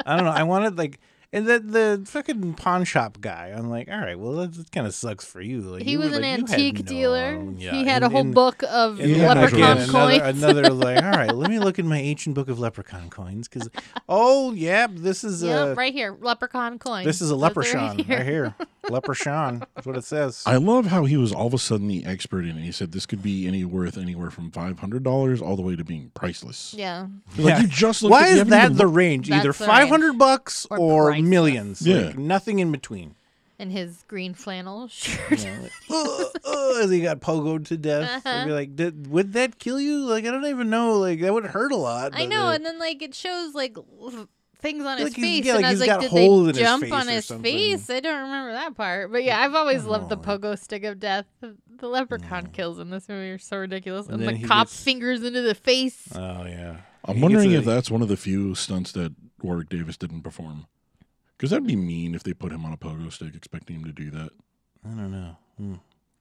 Speaker 1: I don't know. I wanted like, and the the fucking pawn shop guy. I'm like, all right, well, that, kind of sucks for you. Like,
Speaker 3: He
Speaker 1: you were
Speaker 3: was an
Speaker 1: like, you had
Speaker 3: antique
Speaker 1: no- um,
Speaker 3: dealer.
Speaker 1: yeah,
Speaker 3: He had a
Speaker 1: and-
Speaker 3: whole
Speaker 1: and-
Speaker 3: book of
Speaker 1: and then, like,
Speaker 3: leprechaun
Speaker 1: again,
Speaker 3: coins.
Speaker 1: Another, another like, all right, let me look in my ancient book of leprechaun coins because, oh yep, this is
Speaker 3: yeah,
Speaker 1: a
Speaker 3: right here, leprechaun coins.
Speaker 1: this is a
Speaker 3: Those are right
Speaker 1: leprechaun right here. Leprechaun. That's what it says.
Speaker 2: I love how he was all of a sudden the expert in it. He said this could be any worth anywhere from $500 all the way to being priceless.
Speaker 3: Yeah,
Speaker 2: Like,
Speaker 1: Yeah.
Speaker 2: you just looked
Speaker 1: Why
Speaker 2: at- you
Speaker 1: is
Speaker 2: haven't
Speaker 1: that
Speaker 2: even
Speaker 1: the
Speaker 2: looked-
Speaker 1: range?
Speaker 3: That's
Speaker 1: Either
Speaker 3: the range.
Speaker 1: five hundred bucks
Speaker 3: Or
Speaker 1: or,
Speaker 3: priceless.
Speaker 1: millions. Like,
Speaker 2: Yeah.
Speaker 1: nothing in between.
Speaker 3: and his green flannel shirt.
Speaker 1: uh, uh, as he got pogoed to death. I'd
Speaker 3: Uh-huh.
Speaker 1: be like, Did, would that kill you? Like, I don't even know. Like, that would hurt a lot.
Speaker 3: I
Speaker 1: but
Speaker 3: know,
Speaker 1: it-
Speaker 3: and then like it shows like l- things on
Speaker 1: Like
Speaker 3: his
Speaker 1: he's-
Speaker 3: face,
Speaker 1: yeah,
Speaker 3: and
Speaker 1: like
Speaker 3: I was
Speaker 1: he's
Speaker 3: like,
Speaker 1: got
Speaker 3: did
Speaker 1: a hole
Speaker 3: they
Speaker 1: in his
Speaker 3: jump
Speaker 1: face
Speaker 3: on
Speaker 1: or
Speaker 3: his
Speaker 1: something.
Speaker 3: face? I don't remember that part, but yeah, I've always loved the
Speaker 1: Oh.
Speaker 3: pogo stick of death. The- The leprechaun kills in this movie are so ridiculous,
Speaker 1: And
Speaker 3: and,
Speaker 1: then
Speaker 3: the
Speaker 1: he
Speaker 3: cop
Speaker 1: gets-
Speaker 3: fingers into the face.
Speaker 1: Oh yeah.
Speaker 2: I'm
Speaker 1: He
Speaker 2: wondering
Speaker 1: gets
Speaker 2: if
Speaker 1: a-
Speaker 2: that's one of the few stunts that Warwick Davis didn't perform. Because that'd be mean if they put him on a pogo stick expecting him to do that.
Speaker 1: I don't know. Hmm.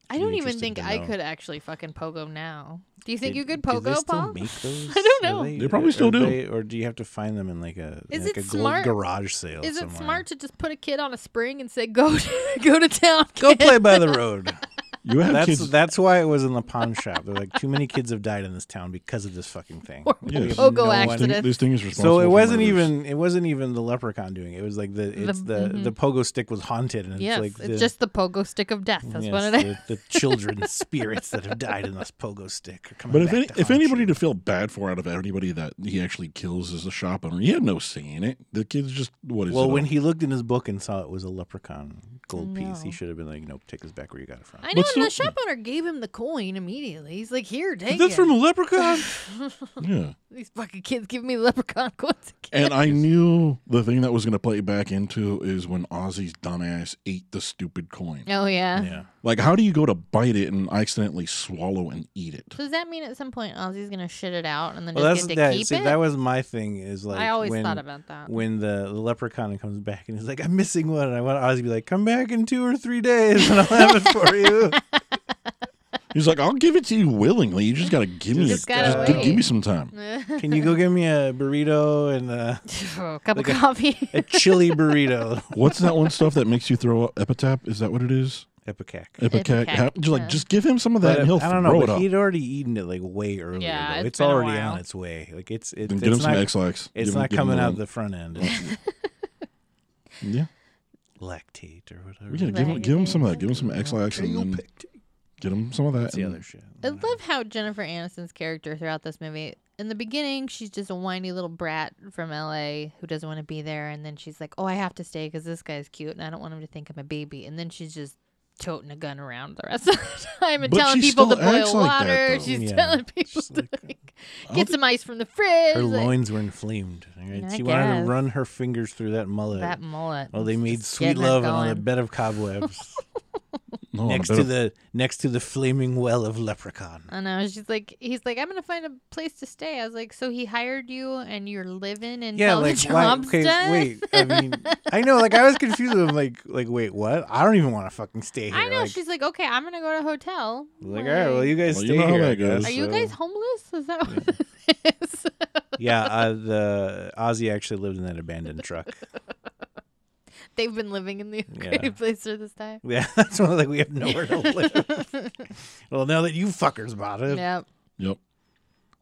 Speaker 3: I
Speaker 1: be
Speaker 3: don't even
Speaker 1: interesting
Speaker 3: think
Speaker 1: to
Speaker 3: I
Speaker 1: know.
Speaker 3: could actually fucking pogo now. Do you think
Speaker 1: Did-
Speaker 3: you could
Speaker 1: do they
Speaker 3: pogo,
Speaker 1: still
Speaker 3: Paul?
Speaker 1: make those?
Speaker 3: I don't
Speaker 1: Are
Speaker 3: know.
Speaker 2: They probably still
Speaker 1: are
Speaker 2: do.
Speaker 1: they- or do you have to find them in like a
Speaker 3: Is
Speaker 1: like
Speaker 3: it
Speaker 1: a gold
Speaker 3: smart-
Speaker 1: garage sale?
Speaker 3: Is it
Speaker 1: somewhere?
Speaker 3: smart to just put a kid on a spring and say go to, go to town?
Speaker 1: Go
Speaker 3: kid?"
Speaker 1: play by the road.
Speaker 2: You have
Speaker 1: That's
Speaker 2: kids.
Speaker 1: that's why it was in the pawn shop. They're like, too many kids have died in this town because of this fucking thing.
Speaker 3: Or
Speaker 1: We have
Speaker 3: pogo
Speaker 1: one-
Speaker 2: this, thing,
Speaker 3: accident.
Speaker 2: this thing is responsible.
Speaker 1: So it
Speaker 2: for
Speaker 1: wasn't
Speaker 2: murders.
Speaker 1: even it wasn't even the leprechaun doing it. It was like the it's the the,
Speaker 3: mhm.
Speaker 1: pogo stick was haunted and it's
Speaker 3: Yes,
Speaker 1: like
Speaker 3: it's,
Speaker 1: the,
Speaker 3: just the pogo stick of death. That's what it is.
Speaker 1: the, the children's spirits that have died in this pogo stick are coming
Speaker 2: But if
Speaker 1: back
Speaker 2: any,
Speaker 1: to
Speaker 2: if
Speaker 1: haunt
Speaker 2: anybody
Speaker 1: you.
Speaker 2: to feel bad for out of anybody that he actually kills is the shop owner, he had no say in it. The kid's just what is
Speaker 1: well,
Speaker 2: it?
Speaker 1: when
Speaker 2: uh,
Speaker 1: he looked in his book and saw it was a leprechaun gold piece, he
Speaker 3: No.
Speaker 1: should have been like, "Nope, take this back where you got it from."
Speaker 3: I know,
Speaker 2: But
Speaker 3: and the
Speaker 2: still-
Speaker 3: shop owner gave him the coin immediately. He's like, "Here, take
Speaker 1: That's
Speaker 3: it."
Speaker 1: from a leprechaun.
Speaker 2: yeah.
Speaker 3: These fucking kids give me leprechaun coins again.
Speaker 2: And I knew the thing that was going to play back into is when Ozzy's dumbass ate the stupid coin.
Speaker 3: Oh yeah.
Speaker 1: yeah.
Speaker 2: Like, how do you go to bite it and accidentally swallow and eat it?
Speaker 3: So does that mean at some point Ozzy's gonna shit it out and then
Speaker 1: Well, that's
Speaker 3: just get to
Speaker 1: yeah,
Speaker 3: keep
Speaker 1: see,
Speaker 3: it?
Speaker 1: that was my thing. Is like
Speaker 3: I always
Speaker 1: when,
Speaker 3: thought about that.
Speaker 1: when the, the leprechaun comes back and he's like, "I'm missing one," and I want Ozzy to be like, "Come back in two or three days and I'll have it for you."
Speaker 2: He's like, I'll give it to you willingly. You just got to give me
Speaker 3: Just
Speaker 2: it.
Speaker 3: gotta
Speaker 2: Just gi-
Speaker 3: wait.
Speaker 2: give me some time.
Speaker 1: Can you go get me a burrito and a,
Speaker 3: Oh, a cup
Speaker 1: Like
Speaker 3: of
Speaker 1: a-
Speaker 3: coffee.
Speaker 1: a chili burrito?
Speaker 2: What's that one stuff that makes you throw up? Epitaph? Is that what it is?
Speaker 1: Epicac.
Speaker 2: Epicac.
Speaker 3: Epicac,
Speaker 2: How- just like,
Speaker 3: yeah.
Speaker 2: just give him some of that
Speaker 1: But,
Speaker 2: and he'll
Speaker 1: uh, I don't
Speaker 2: throw
Speaker 1: know,
Speaker 2: it
Speaker 1: but
Speaker 2: up.
Speaker 1: he'd already eaten it like way earlier.
Speaker 3: Yeah,
Speaker 1: though.
Speaker 3: it's
Speaker 1: It's,
Speaker 3: been a
Speaker 1: already
Speaker 3: while.
Speaker 1: on its way. Like it's it,
Speaker 2: Then
Speaker 1: it's
Speaker 2: get him
Speaker 1: not
Speaker 2: some X-Lax.
Speaker 1: it's
Speaker 2: Give him-
Speaker 1: not
Speaker 2: give him
Speaker 1: coming
Speaker 2: the-
Speaker 1: out the front end. It's
Speaker 2: Yeah.
Speaker 1: lactate or whatever.
Speaker 2: We gotta give him,
Speaker 3: Right.
Speaker 2: give him some of that. Give him some X-Lax and then get him some of that.
Speaker 1: That's the
Speaker 2: and-
Speaker 1: other shit.
Speaker 3: I love how Jennifer Aniston's character throughout this movie. In the beginning, she's just a whiny little brat from LA who doesn't want to be there, and then she's like, "Oh, I have to stay because this guy's cute, and I don't want him to think I'm a baby." And then she's just toting a gun around the rest of the time and
Speaker 2: But
Speaker 3: telling
Speaker 2: she
Speaker 3: people to
Speaker 2: still acts
Speaker 3: boil
Speaker 2: like that,
Speaker 3: water.
Speaker 2: though.
Speaker 3: she's
Speaker 1: Yeah.
Speaker 3: telling people
Speaker 1: She's
Speaker 3: to
Speaker 1: like,
Speaker 3: like,
Speaker 2: I'll
Speaker 3: get
Speaker 2: do-
Speaker 3: some ice from the fridge.
Speaker 1: Her
Speaker 3: like,
Speaker 1: loins were inflamed. Right?
Speaker 3: Mm, I
Speaker 1: She wanted
Speaker 3: guess.
Speaker 1: to run her fingers through that mullet.
Speaker 3: that mullet.
Speaker 1: Oh, they
Speaker 3: It's
Speaker 1: made
Speaker 3: just
Speaker 1: sweet
Speaker 3: getting her
Speaker 1: love on a
Speaker 3: going.
Speaker 1: bed of cobwebs
Speaker 2: no,
Speaker 1: next
Speaker 2: I
Speaker 1: to
Speaker 2: better-
Speaker 1: the next to the flaming well of leprechaun.
Speaker 3: I know. She's like, he's like, I'm gonna find a place to stay. I was like, so he hired you, and you're living in
Speaker 1: Yeah,
Speaker 3: till
Speaker 1: like
Speaker 3: the
Speaker 1: why,
Speaker 3: job's
Speaker 1: okay,
Speaker 3: done?
Speaker 1: wait. I mean, I know. Like I was confused. I'm like, like wait, what? I don't even want to fucking stay here.
Speaker 3: I know.
Speaker 1: Like,
Speaker 3: she's like, okay, I'm gonna go to a hotel.
Speaker 1: Like, all right, well, you guys
Speaker 2: Well, you
Speaker 1: stay
Speaker 2: know how
Speaker 1: here. I
Speaker 2: that goes,
Speaker 1: guess,
Speaker 3: are you
Speaker 1: so-
Speaker 3: guys homeless? Is that what it is?
Speaker 1: yeah, uh, the Ozzy actually lived in that abandoned truck.
Speaker 3: They've been living in the
Speaker 1: Yeah.
Speaker 3: Ukrainian place for this time.
Speaker 1: Yeah, that's one like we have nowhere to live. well, now that you fuckers bought it,
Speaker 3: Yep.
Speaker 2: Yep.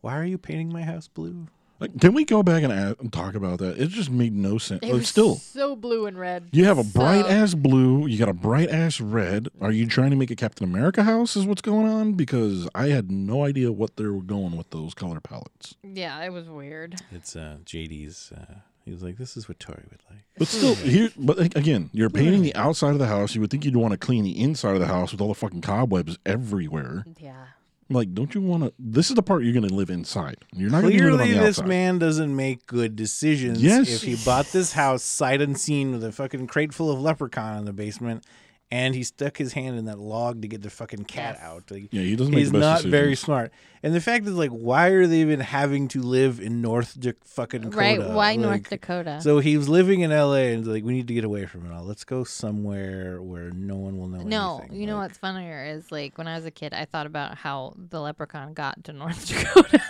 Speaker 1: why are you painting my house blue?
Speaker 2: Like, can we go back and, a and talk about that? It just made no sense.
Speaker 3: They
Speaker 1: Oh,
Speaker 2: Like,
Speaker 3: were
Speaker 2: still,
Speaker 3: so blue and red.
Speaker 2: you have a bright
Speaker 3: So-
Speaker 2: ass blue, you got a bright ass red. Are you trying to make a Captain America house? Is what's going on? Because I had no idea what they were going with those color palettes.
Speaker 3: Yeah, it was weird.
Speaker 1: It's uh, JD's. Uh, he was like, "This is what Tori would like."
Speaker 2: But
Speaker 3: Hmm.
Speaker 2: still, here, but like, again, you're painting the outside of the house. You would think you'd want to clean the inside of the house with all the fucking cobwebs everywhere.
Speaker 3: Yeah.
Speaker 2: Like, don't you want to? This is the part you're going to live inside. You're not going to live on
Speaker 1: Clearly,
Speaker 2: the
Speaker 1: this
Speaker 2: outside.
Speaker 1: man doesn't make good decisions.
Speaker 2: Yes.
Speaker 1: If he bought this house sight unseen with a fucking crate full of leprechaun in the basement, and he stuck his hand in that log to get the fucking cat
Speaker 3: Yes.
Speaker 1: out. Like,
Speaker 2: yeah, he doesn't make
Speaker 1: He's
Speaker 2: the
Speaker 1: not
Speaker 2: best
Speaker 1: very
Speaker 2: decisions.
Speaker 1: smart. And the fact is, like, why are they even having to live in North Dak- fucking Dakota?
Speaker 3: Right. Why North
Speaker 1: Like,
Speaker 3: Dakota?
Speaker 1: So he was living in L.A. and like, we need to get away from it all. Let's go somewhere where no one will know.
Speaker 3: no,
Speaker 1: anything.
Speaker 3: you know
Speaker 1: Like,
Speaker 3: what's funnier is like when I was a kid, I thought about how the leprechaun got to North Dakota.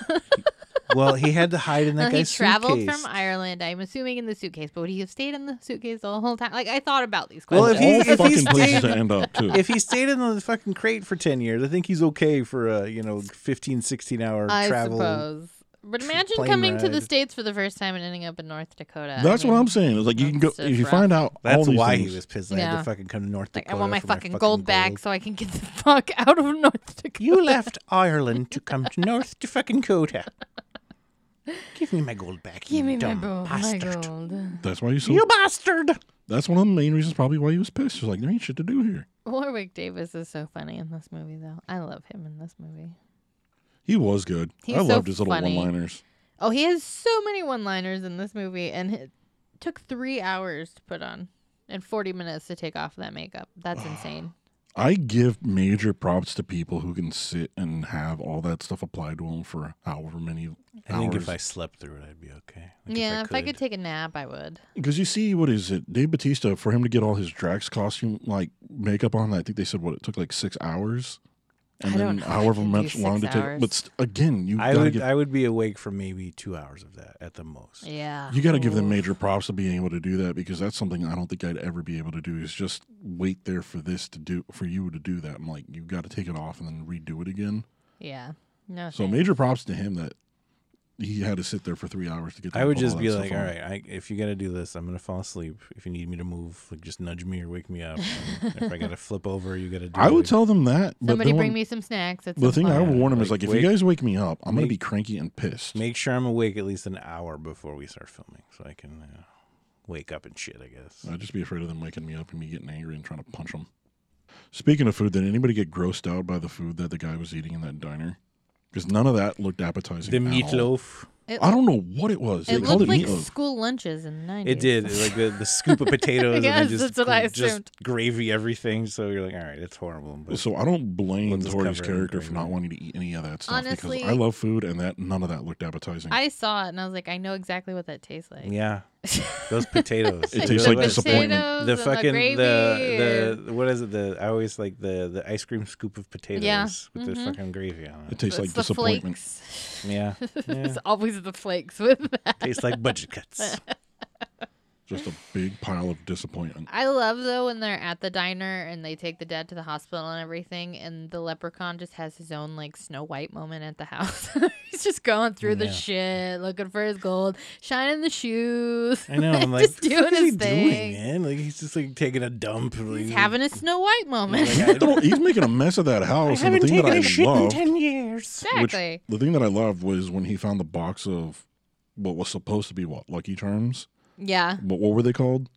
Speaker 1: Well, he had to hide in that
Speaker 3: Well, he
Speaker 1: guy's
Speaker 3: traveled
Speaker 1: suitcase.
Speaker 3: from Ireland. I'm assuming in the suitcase, but would he have stayed in the suitcase the whole time? Like I thought about these
Speaker 1: Well,
Speaker 3: questions.
Speaker 2: All
Speaker 1: if he- if he
Speaker 2: fucking places
Speaker 1: stayed-
Speaker 2: to end up too.
Speaker 1: if he stayed in the fucking crate for 10 years, I think he's okay for a, you know, 15, 16 hour
Speaker 3: I
Speaker 1: travel.
Speaker 3: suppose. But
Speaker 1: tr-
Speaker 3: imagine
Speaker 1: plane
Speaker 3: coming to the
Speaker 1: ride.
Speaker 3: states for the first time and ending up in North Dakota.
Speaker 2: That's what I'm saying. It's like you can go
Speaker 3: that's
Speaker 2: if you
Speaker 3: rough.
Speaker 2: find out all
Speaker 1: That's
Speaker 2: these
Speaker 1: why
Speaker 2: things.
Speaker 1: he was pissed. that I had
Speaker 3: Yeah.
Speaker 1: to fucking come to North
Speaker 3: Like
Speaker 1: Dakota.
Speaker 3: I want my
Speaker 1: for
Speaker 3: fucking gold back so I can get the fuck out of North Dakota.
Speaker 1: You left Ireland to come to North to fucking Dakota. Give me my gold back.
Speaker 3: Give
Speaker 1: you
Speaker 3: me my
Speaker 1: dumb
Speaker 3: gold. My
Speaker 1: bastard.
Speaker 3: gold.
Speaker 2: That's why you so.
Speaker 1: You bastard!
Speaker 2: That's one of the main reasons probably why he was pissed. He was like, there ain't shit to do here.
Speaker 3: Warwick Davis is so funny in this movie, though. I love him in this movie.
Speaker 2: He was good.
Speaker 3: He's
Speaker 2: I
Speaker 3: so
Speaker 2: loved his little
Speaker 3: funny.
Speaker 2: one-liners.
Speaker 3: Oh, he has so many one-liners in this movie, and it took three hours to put on and 40 minutes to take off that makeup. That's insane.
Speaker 2: I give major props to people who can sit and have all that stuff applied to them for however many
Speaker 1: I think if I
Speaker 2: hours.
Speaker 1: slept through it, I'd be okay.
Speaker 3: yeah, if I, could take a nap, I would.
Speaker 2: Because you see, what is it? Dave Batista for him to get all his Drax costume like makeup on. I think they said what it took like six hours, and
Speaker 3: I
Speaker 2: then
Speaker 3: don't know if I
Speaker 2: however
Speaker 3: could do
Speaker 2: much
Speaker 3: six
Speaker 2: long to take.
Speaker 3: hours.
Speaker 2: But st- again, you
Speaker 1: I
Speaker 2: gotta
Speaker 1: would,
Speaker 2: give
Speaker 1: I would be awake for maybe two hours of that at the most.
Speaker 3: Yeah.
Speaker 2: You got to give them
Speaker 3: Ooh.
Speaker 2: major props to being able to do that because that's something I don't think I'd ever be able to do. Is just wait there for this to do for you to do that. I'm like, you got to take it off and then redo it again.
Speaker 3: Yeah. No.
Speaker 2: So
Speaker 3: thanks.
Speaker 2: major props to him that he had to sit there for three hours to get.
Speaker 1: I
Speaker 2: them
Speaker 1: would
Speaker 2: to put
Speaker 1: just
Speaker 2: all
Speaker 1: be
Speaker 2: that
Speaker 1: like,
Speaker 2: stuff
Speaker 1: all
Speaker 2: on."
Speaker 1: right, I, if you got to do this, I'm going to fall asleep. If you need me to move, like just nudge me or wake me up. And if I got to flip over, you got to do
Speaker 2: I would
Speaker 1: it.
Speaker 2: tell them that. but
Speaker 3: Somebody
Speaker 2: then
Speaker 3: bring
Speaker 2: when-
Speaker 3: me some snacks. It's
Speaker 2: The thing
Speaker 1: Yeah,
Speaker 2: I would warn him is
Speaker 1: like,
Speaker 2: like, if
Speaker 1: wake-
Speaker 2: you guys wake me up, I'm gonna
Speaker 1: make-
Speaker 2: be cranky and pissed.
Speaker 1: Make sure I'm awake at least an hour before we start filming so I can uh, wake up and shit, I guess.
Speaker 2: I'd just be afraid of them waking me up and me getting angry and trying to punch them. Speaking of food, did anybody get grossed out by the food that the guy was eating in that diner? Because none of that looked appetizing.
Speaker 1: The
Speaker 2: at all.
Speaker 1: meatloaf.
Speaker 3: It,
Speaker 2: I don't know what it was. They
Speaker 3: it
Speaker 2: called
Speaker 3: looked
Speaker 2: it
Speaker 3: like
Speaker 2: meatloaf.
Speaker 3: school lunches in the 90s.
Speaker 1: It did. It, Like the, the scoop of potatoes
Speaker 3: Yes,
Speaker 1: and then just,
Speaker 3: that's what I assumed.
Speaker 1: just gravy everything. So you're like, all right, it's horrible. But
Speaker 2: So I don't blame
Speaker 1: We'll just
Speaker 2: Tori's
Speaker 1: cover it in
Speaker 2: character for
Speaker 1: gravy.
Speaker 2: not wanting to eat any of that stuff
Speaker 3: Honestly-
Speaker 2: because I love food and that none of that looked appetizing.
Speaker 3: I saw it and I was like, I know exactly what that tastes like.
Speaker 1: yeah, those potatoes.
Speaker 2: It
Speaker 1: You
Speaker 2: tastes
Speaker 1: know,
Speaker 2: like
Speaker 3: the
Speaker 1: those-
Speaker 2: disappointment.
Speaker 3: potatoes
Speaker 1: The
Speaker 3: and
Speaker 1: fucking
Speaker 3: gravy
Speaker 1: the, the what is it? The I always like the the ice cream scoop of potatoes with the
Speaker 3: mhm.
Speaker 1: fucking gravy on
Speaker 2: it
Speaker 1: it.
Speaker 2: tastes like
Speaker 3: the
Speaker 2: disappointment.
Speaker 3: flakes.
Speaker 1: Yeah, yeah.
Speaker 3: it's always the flakes with that.
Speaker 1: tastes like budget cuts.
Speaker 2: Just a big pile of disappointment.
Speaker 3: I love though when they're at the diner and they take the dad to the hospital and everything, and the leprechaun just has his own like Snow White moment at the house. He's just going through the
Speaker 1: Yeah.
Speaker 3: shit, looking for his gold, shining the shoes.
Speaker 1: I know. I'm like,
Speaker 3: just doing
Speaker 1: what is
Speaker 3: his
Speaker 1: he doing,
Speaker 3: thing.
Speaker 1: man? Like he's just like taking a dump. like,
Speaker 3: He's having a Snow White moment.
Speaker 1: like, I,
Speaker 2: Throw- He's making a mess of that
Speaker 1: I
Speaker 2: house. and
Speaker 1: haven't
Speaker 2: the thing that
Speaker 1: taken
Speaker 2: I
Speaker 1: a shit
Speaker 2: loved,
Speaker 1: in ten years.
Speaker 2: which-
Speaker 3: exactly.
Speaker 2: the thing that I loved was when he found the box of what was supposed to be what Lucky Charms.
Speaker 3: yeah.
Speaker 2: But what were they called?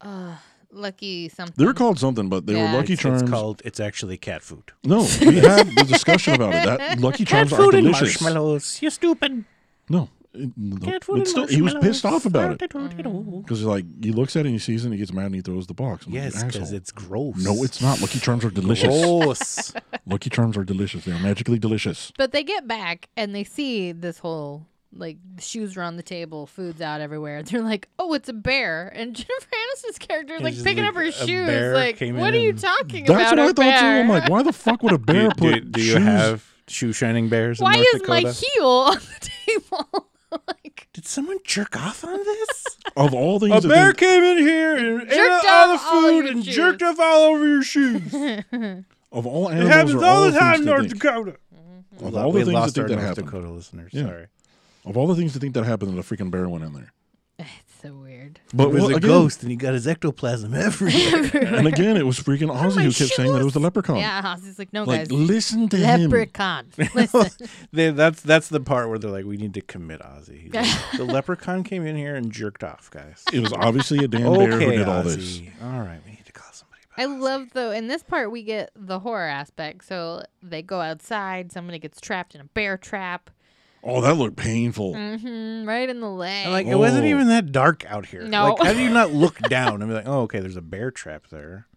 Speaker 3: Uh, lucky something.
Speaker 2: They were called something, but they
Speaker 3: Yeah.
Speaker 2: were Lucky
Speaker 1: It's-
Speaker 2: Charms.
Speaker 1: It's called. It's actually cat food.
Speaker 2: no, we had the discussion about it. That Lucky Charms are delicious.
Speaker 1: marshmallows. You stupid.
Speaker 2: No, it- no. but still, he was pissed off about it. Because like he looks at it and he sees it and he gets mad and he throws the box. I'm like,
Speaker 1: Yes,
Speaker 2: "You
Speaker 1: because
Speaker 2: asshole."
Speaker 1: it's gross.
Speaker 2: no, it's not. Lucky Charms are delicious.
Speaker 1: gross.
Speaker 2: Lucky Charms are delicious. They are magically delicious.
Speaker 3: But they get back and they see this whole like shoes are on the table, food's out everywhere. They're like, "Oh, it's a bear!" And Jennifer Aniston's character is
Speaker 1: It's
Speaker 3: like
Speaker 1: just
Speaker 3: picking
Speaker 1: like
Speaker 3: up her
Speaker 1: a
Speaker 3: shoes.
Speaker 1: bear
Speaker 3: Like,
Speaker 1: came
Speaker 3: what
Speaker 1: in
Speaker 3: are you
Speaker 1: and-
Speaker 3: talking
Speaker 2: That's
Speaker 3: about?
Speaker 2: what I
Speaker 3: a
Speaker 2: thought too.
Speaker 3: bear?
Speaker 2: I'm like, why the fuck would a bear
Speaker 1: do,
Speaker 2: put
Speaker 1: do, do you
Speaker 2: shoes?
Speaker 1: have shoe shining bears? In
Speaker 3: why
Speaker 1: North
Speaker 3: is my
Speaker 1: Dakota?
Speaker 3: heel on the table? like,
Speaker 1: Did someone jerk off on this?
Speaker 2: Of all things,
Speaker 1: A
Speaker 2: that
Speaker 1: bear
Speaker 2: they-
Speaker 1: came in here and ate
Speaker 3: Jerked
Speaker 1: up all the
Speaker 3: off all of
Speaker 1: food
Speaker 3: your
Speaker 1: and
Speaker 3: shoes.
Speaker 1: jerked off all over your shoes. it
Speaker 2: of all animals,
Speaker 1: happens
Speaker 2: or
Speaker 1: all the
Speaker 2: things
Speaker 1: time,
Speaker 2: they
Speaker 1: in North
Speaker 2: think-
Speaker 1: Dakota.
Speaker 2: Of all the
Speaker 1: we
Speaker 2: things that
Speaker 1: lost
Speaker 2: think
Speaker 1: our
Speaker 2: that
Speaker 1: North
Speaker 2: happened,
Speaker 1: Dakota listeners.
Speaker 2: Yeah.
Speaker 1: Sorry.
Speaker 2: of all the things to think that happened, that a freaking bear went in there.
Speaker 3: It's so weird.
Speaker 2: But
Speaker 1: It was
Speaker 2: what-
Speaker 1: a
Speaker 2: again-
Speaker 1: ghost and he got his ectoplasm everywhere.
Speaker 2: And again, it was freaking Ozzy
Speaker 3: my
Speaker 2: who kept saying that it was the
Speaker 3: shoes.
Speaker 2: leprechaun.
Speaker 3: Yeah, Ozzy's like, no,
Speaker 2: Like,
Speaker 3: guys.
Speaker 2: listen to him.
Speaker 3: Leprechaun. Listen.
Speaker 1: they, that's that's the part where they're like, we need to commit Ozzy. He's like, the leprechaun came in here and jerked off, guys.
Speaker 2: It was obviously a damn bear who
Speaker 1: okay,
Speaker 2: did
Speaker 1: Ozzy.
Speaker 2: all this.
Speaker 1: All right, we need to call somebody. back.
Speaker 3: I love though in this part we get the horror aspect. So they go outside, somebody gets trapped in a bear trap.
Speaker 2: Oh, that looked painful.
Speaker 3: Mm, Right in the leg.
Speaker 1: And like, it wasn't
Speaker 2: Oh.
Speaker 1: even that dark out here.
Speaker 3: No.
Speaker 1: Like, how do you not look down and be like, oh, okay, there's a bear trap there?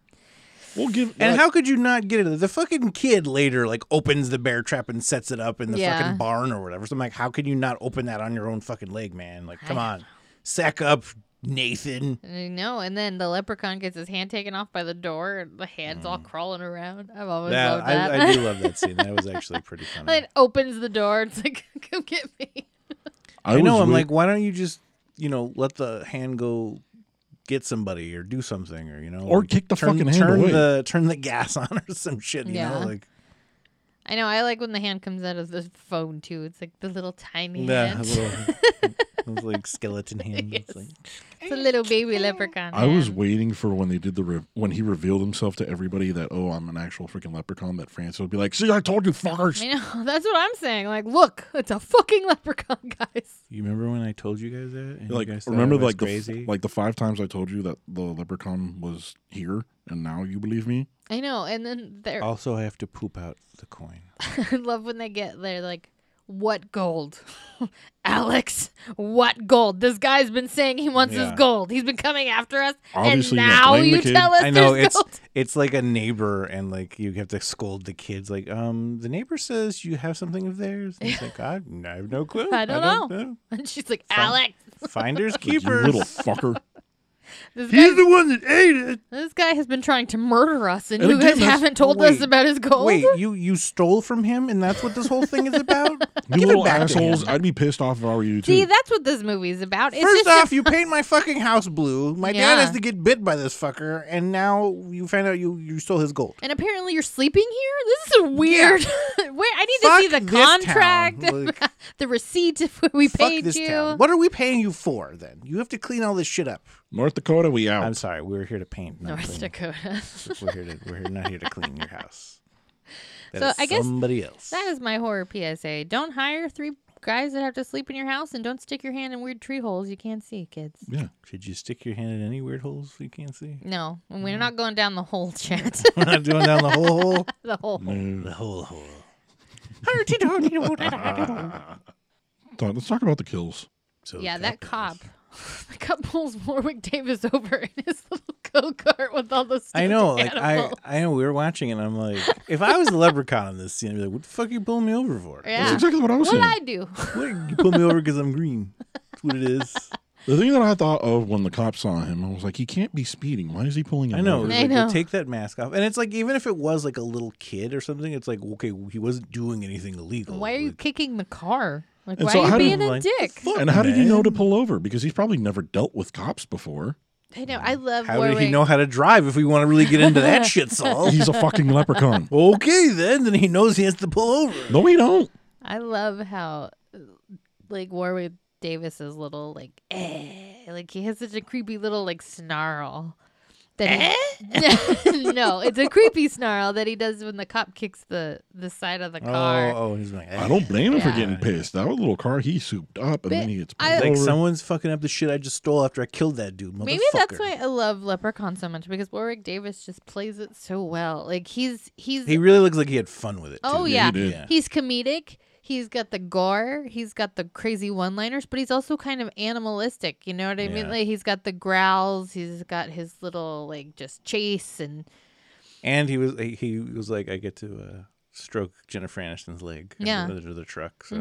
Speaker 2: We'll give.
Speaker 1: And
Speaker 2: like,
Speaker 1: how could you not get it? The fucking kid later like opens the bear trap and sets it up in the
Speaker 3: Yeah.
Speaker 1: fucking barn or whatever. So I'm like, how can you not open that on your own fucking leg, man? Like, come
Speaker 3: I
Speaker 1: on, sack up, Nathan.
Speaker 3: I know, and then the leprechaun gets his hand taken off by the door, and the hand's all crawling around. I've always
Speaker 1: That,
Speaker 3: loved that.
Speaker 1: Mm. I, I do love that scene. That was actually pretty funny.
Speaker 3: and then opens the door. It's like, come get me.
Speaker 1: I, know.
Speaker 2: was
Speaker 1: I'm
Speaker 2: wait-
Speaker 1: like, why don't you just, you know, let the hand go get somebody or do something or you know,
Speaker 2: Or
Speaker 1: like,
Speaker 2: kick the
Speaker 1: turn,
Speaker 2: fucking hand
Speaker 1: turn
Speaker 2: away.
Speaker 1: the turn the gas on or some shit. You
Speaker 3: Yeah.
Speaker 1: know, like
Speaker 3: I know. I like when the hand comes out of the phone too. It's like the little tiny
Speaker 1: yeah,
Speaker 3: hand.
Speaker 1: little, those, like skeleton hand. It's like,
Speaker 3: it's a little baby leprechaun.
Speaker 2: I was
Speaker 3: hand.
Speaker 2: waiting for when they did the re- when he revealed himself to everybody that oh I'm an actual freaking leprechaun that Francis would be like see I told you fuckers
Speaker 3: I know. That's what I'm saying. Like, look, it's a fucking leprechaun, guys.
Speaker 1: You remember when I told you guys that? And you
Speaker 2: like
Speaker 1: guys thought I
Speaker 2: remember
Speaker 1: was
Speaker 2: like the f-
Speaker 1: crazy.
Speaker 2: like the five times I told you that the leprechaun was here and now you believe me
Speaker 3: I know. And then they're.
Speaker 1: also, I have to poop out the coin.
Speaker 3: I love when they get there. Like, what gold, Alex? What gold? This guy's been saying he wants
Speaker 1: Yeah.
Speaker 3: his gold. He's been coming after us,
Speaker 2: Obviously, you
Speaker 3: and
Speaker 2: don't
Speaker 3: now
Speaker 2: blame the
Speaker 3: you
Speaker 2: kid.
Speaker 3: tell us
Speaker 1: I know
Speaker 3: there's
Speaker 1: it's
Speaker 3: gold.
Speaker 1: it's like a neighbor, and like you have to scold the kids. Like, um, the neighbor says you have something of theirs. And it's like, I, I have no clue.
Speaker 3: I don't know." And she's like, Alex,
Speaker 1: Finders
Speaker 2: Like, you
Speaker 1: keepers.
Speaker 2: little fucker
Speaker 3: this guy,
Speaker 1: one that ate it.
Speaker 3: this guy has been trying to murder us, and,
Speaker 2: And
Speaker 3: you
Speaker 2: again,
Speaker 3: guys
Speaker 2: that's-
Speaker 3: haven't told us
Speaker 1: wait,
Speaker 3: about his gold.
Speaker 1: Wait, you you stole from him, and that's what this whole thing is about.
Speaker 2: you
Speaker 1: Give it
Speaker 2: little
Speaker 1: back
Speaker 2: assholes
Speaker 1: To him.
Speaker 2: I'd be pissed off if I were you
Speaker 3: See,
Speaker 2: too
Speaker 3: that's what this movie's about. It's
Speaker 1: First
Speaker 3: just a-
Speaker 1: off, you paint my fucking house blue. My
Speaker 3: Yeah.
Speaker 1: dad has to get bit by this fucker, and now you find out you you stole his gold.
Speaker 3: and apparently you're sleeping here. This is weird. Where I need to see
Speaker 1: Fuck
Speaker 3: the
Speaker 1: this town.
Speaker 3: contract,
Speaker 1: Like-
Speaker 3: the receipt if we paid you.
Speaker 1: What are we paying you for then? You have to clean all this shit up.
Speaker 2: North Dakota we out
Speaker 1: I'm sorry, we were here to paint. Not
Speaker 3: North
Speaker 1: clean.
Speaker 3: Dakota.
Speaker 1: We're here to we're here, not here to clean your house. That
Speaker 3: So
Speaker 1: is
Speaker 3: I guess
Speaker 1: somebody else.
Speaker 3: That is my horror PSA. Don't hire three guys that have to sleep in your house and don't stick your hand in weird tree holes you can't see, kids.
Speaker 2: yeah
Speaker 1: Should you stick your hand in any weird holes you can't see?
Speaker 3: No, and
Speaker 1: Mm.
Speaker 3: we're not going down the hole, chat.
Speaker 1: We're not doing down the whole hole.
Speaker 3: the hole.
Speaker 1: The whole hole.
Speaker 2: Th- let's talk about the kills
Speaker 1: So
Speaker 3: Yeah, that cop.
Speaker 1: goes.
Speaker 3: the cop pulls Warwick Davis over in his little go kart with all the stuff.
Speaker 1: I know, like I, I know we were watching it and I'm like, if I was the leprechaun in this scene, I'd be like, what the fuck are you pulling me over for?
Speaker 3: Yeah.
Speaker 2: that's exactly what I was
Speaker 3: What'd
Speaker 2: saying
Speaker 3: I do?
Speaker 1: What, you pull me over because I'm green. That's what it is.
Speaker 2: the thing that I thought of when the cop saw him I was like he can't be speeding why is he pulling him
Speaker 1: I know.
Speaker 2: over?
Speaker 1: it was
Speaker 3: I
Speaker 1: like, well,
Speaker 3: know.
Speaker 1: take that mask off, and it's like even if it was like a little kid or something, it's like okay, he wasn't doing anything illegal.
Speaker 3: Why are you
Speaker 1: Oh, Like,
Speaker 3: kicking the car? Like,
Speaker 2: And
Speaker 3: why
Speaker 2: so
Speaker 3: are
Speaker 2: how
Speaker 3: you
Speaker 2: did-
Speaker 3: being a
Speaker 1: like,
Speaker 3: dick?
Speaker 1: fuck?
Speaker 2: And how did you
Speaker 1: man.
Speaker 2: know to pull over? Because he's probably never dealt with cops before.
Speaker 3: I know. I love
Speaker 1: How
Speaker 3: Warwick.
Speaker 1: did he know how to drive? If we want to really get into that shit, Saul.
Speaker 2: He's a fucking leprechaun.
Speaker 1: okay, then then he knows he has to pull over.
Speaker 2: No, he don't.
Speaker 3: I love how uh, like Warwick Davis's little like eh, like he has such a creepy little like snarl. That he, no, it's a creepy snarl that he does when the cop kicks the the side of the car.
Speaker 1: Oh, oh, he's like,
Speaker 2: I don't blame him for
Speaker 3: Yeah.
Speaker 2: getting pissed. That little car he souped up, and
Speaker 3: But
Speaker 2: then he gets pulled
Speaker 3: I-
Speaker 1: like
Speaker 2: over.
Speaker 1: someone's fucking up the shit I just stole after I killed that dude. Motherfucker.
Speaker 3: Maybe that's why I love Leprechaun so much because Warwick Davis just plays it so well. Like he's he's
Speaker 1: he really looks like he had fun with it. Too.
Speaker 3: oh
Speaker 2: Yeah,
Speaker 3: yeah,
Speaker 2: he did.
Speaker 1: Yeah.
Speaker 3: he's comedic. He's got the gore. He's got the crazy one-liners, but he's also kind of animalistic. You know what I mean?
Speaker 1: Yeah.
Speaker 3: Like he's got the growls. He's got his little like just chase and
Speaker 1: And he was he- he was like, I get to uh, stroke Jennifer Aniston's leg
Speaker 3: Yeah. Mm-hmm.
Speaker 1: under the- the truck. So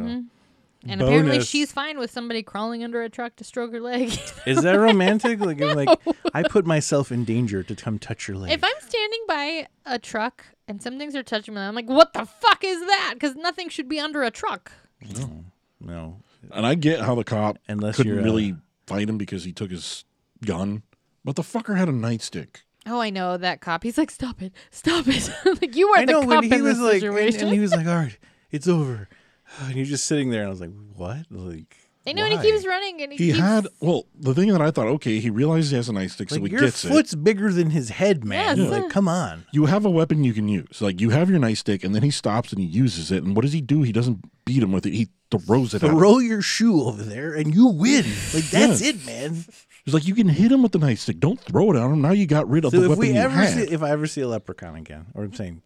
Speaker 3: and apparently
Speaker 1: Bonus.
Speaker 3: she's fine with somebody crawling under a truck to stroke her leg.
Speaker 1: is that romantic? Like I'm like I put myself in danger to come touch your leg.
Speaker 3: if I'm standing by a truck and some things are touching me, I'm like, what the fuck is that? Because nothing should be under a truck.
Speaker 1: no.
Speaker 2: And I get how the cop
Speaker 1: Unless
Speaker 2: couldn't
Speaker 1: you're, uh,
Speaker 2: really fight him because he took his gun, but the fucker had a nightstick.
Speaker 3: Oh, I know that cop. He's like, "Stop it, stop it!" like you are
Speaker 1: I
Speaker 3: the
Speaker 1: know
Speaker 3: cop
Speaker 1: when
Speaker 3: in
Speaker 1: he
Speaker 3: this
Speaker 1: was like, and,
Speaker 3: situation.
Speaker 1: and he was like, "All right, it's over," and you're just sitting there, and I was like, "What?" Like,
Speaker 3: I know, and he
Speaker 1: why?
Speaker 3: keeps running, and he,
Speaker 2: He
Speaker 3: keeps,
Speaker 2: had well, the thing that I thought, okay, he realized he has a nightstick, so
Speaker 1: Like
Speaker 2: he
Speaker 1: your
Speaker 2: gets it.
Speaker 1: foot's bigger than his head, man.
Speaker 3: Yes.
Speaker 1: Like, come on.
Speaker 2: You have a weapon you can use. Like you have your nightstick, and then he stops and he uses it. And what does he do? He doesn't beat him with it. He throws it. at him.
Speaker 1: Throw your shoe over there and you win. Like that's it, man.
Speaker 2: He's like, you can hit him with the nightstick. Don't throw it at him. Now you got rid of
Speaker 1: So
Speaker 2: the
Speaker 1: if
Speaker 2: weapon
Speaker 1: we
Speaker 2: you
Speaker 1: ever
Speaker 2: had.
Speaker 1: see, if I ever see a leprechaun again, or I'm saying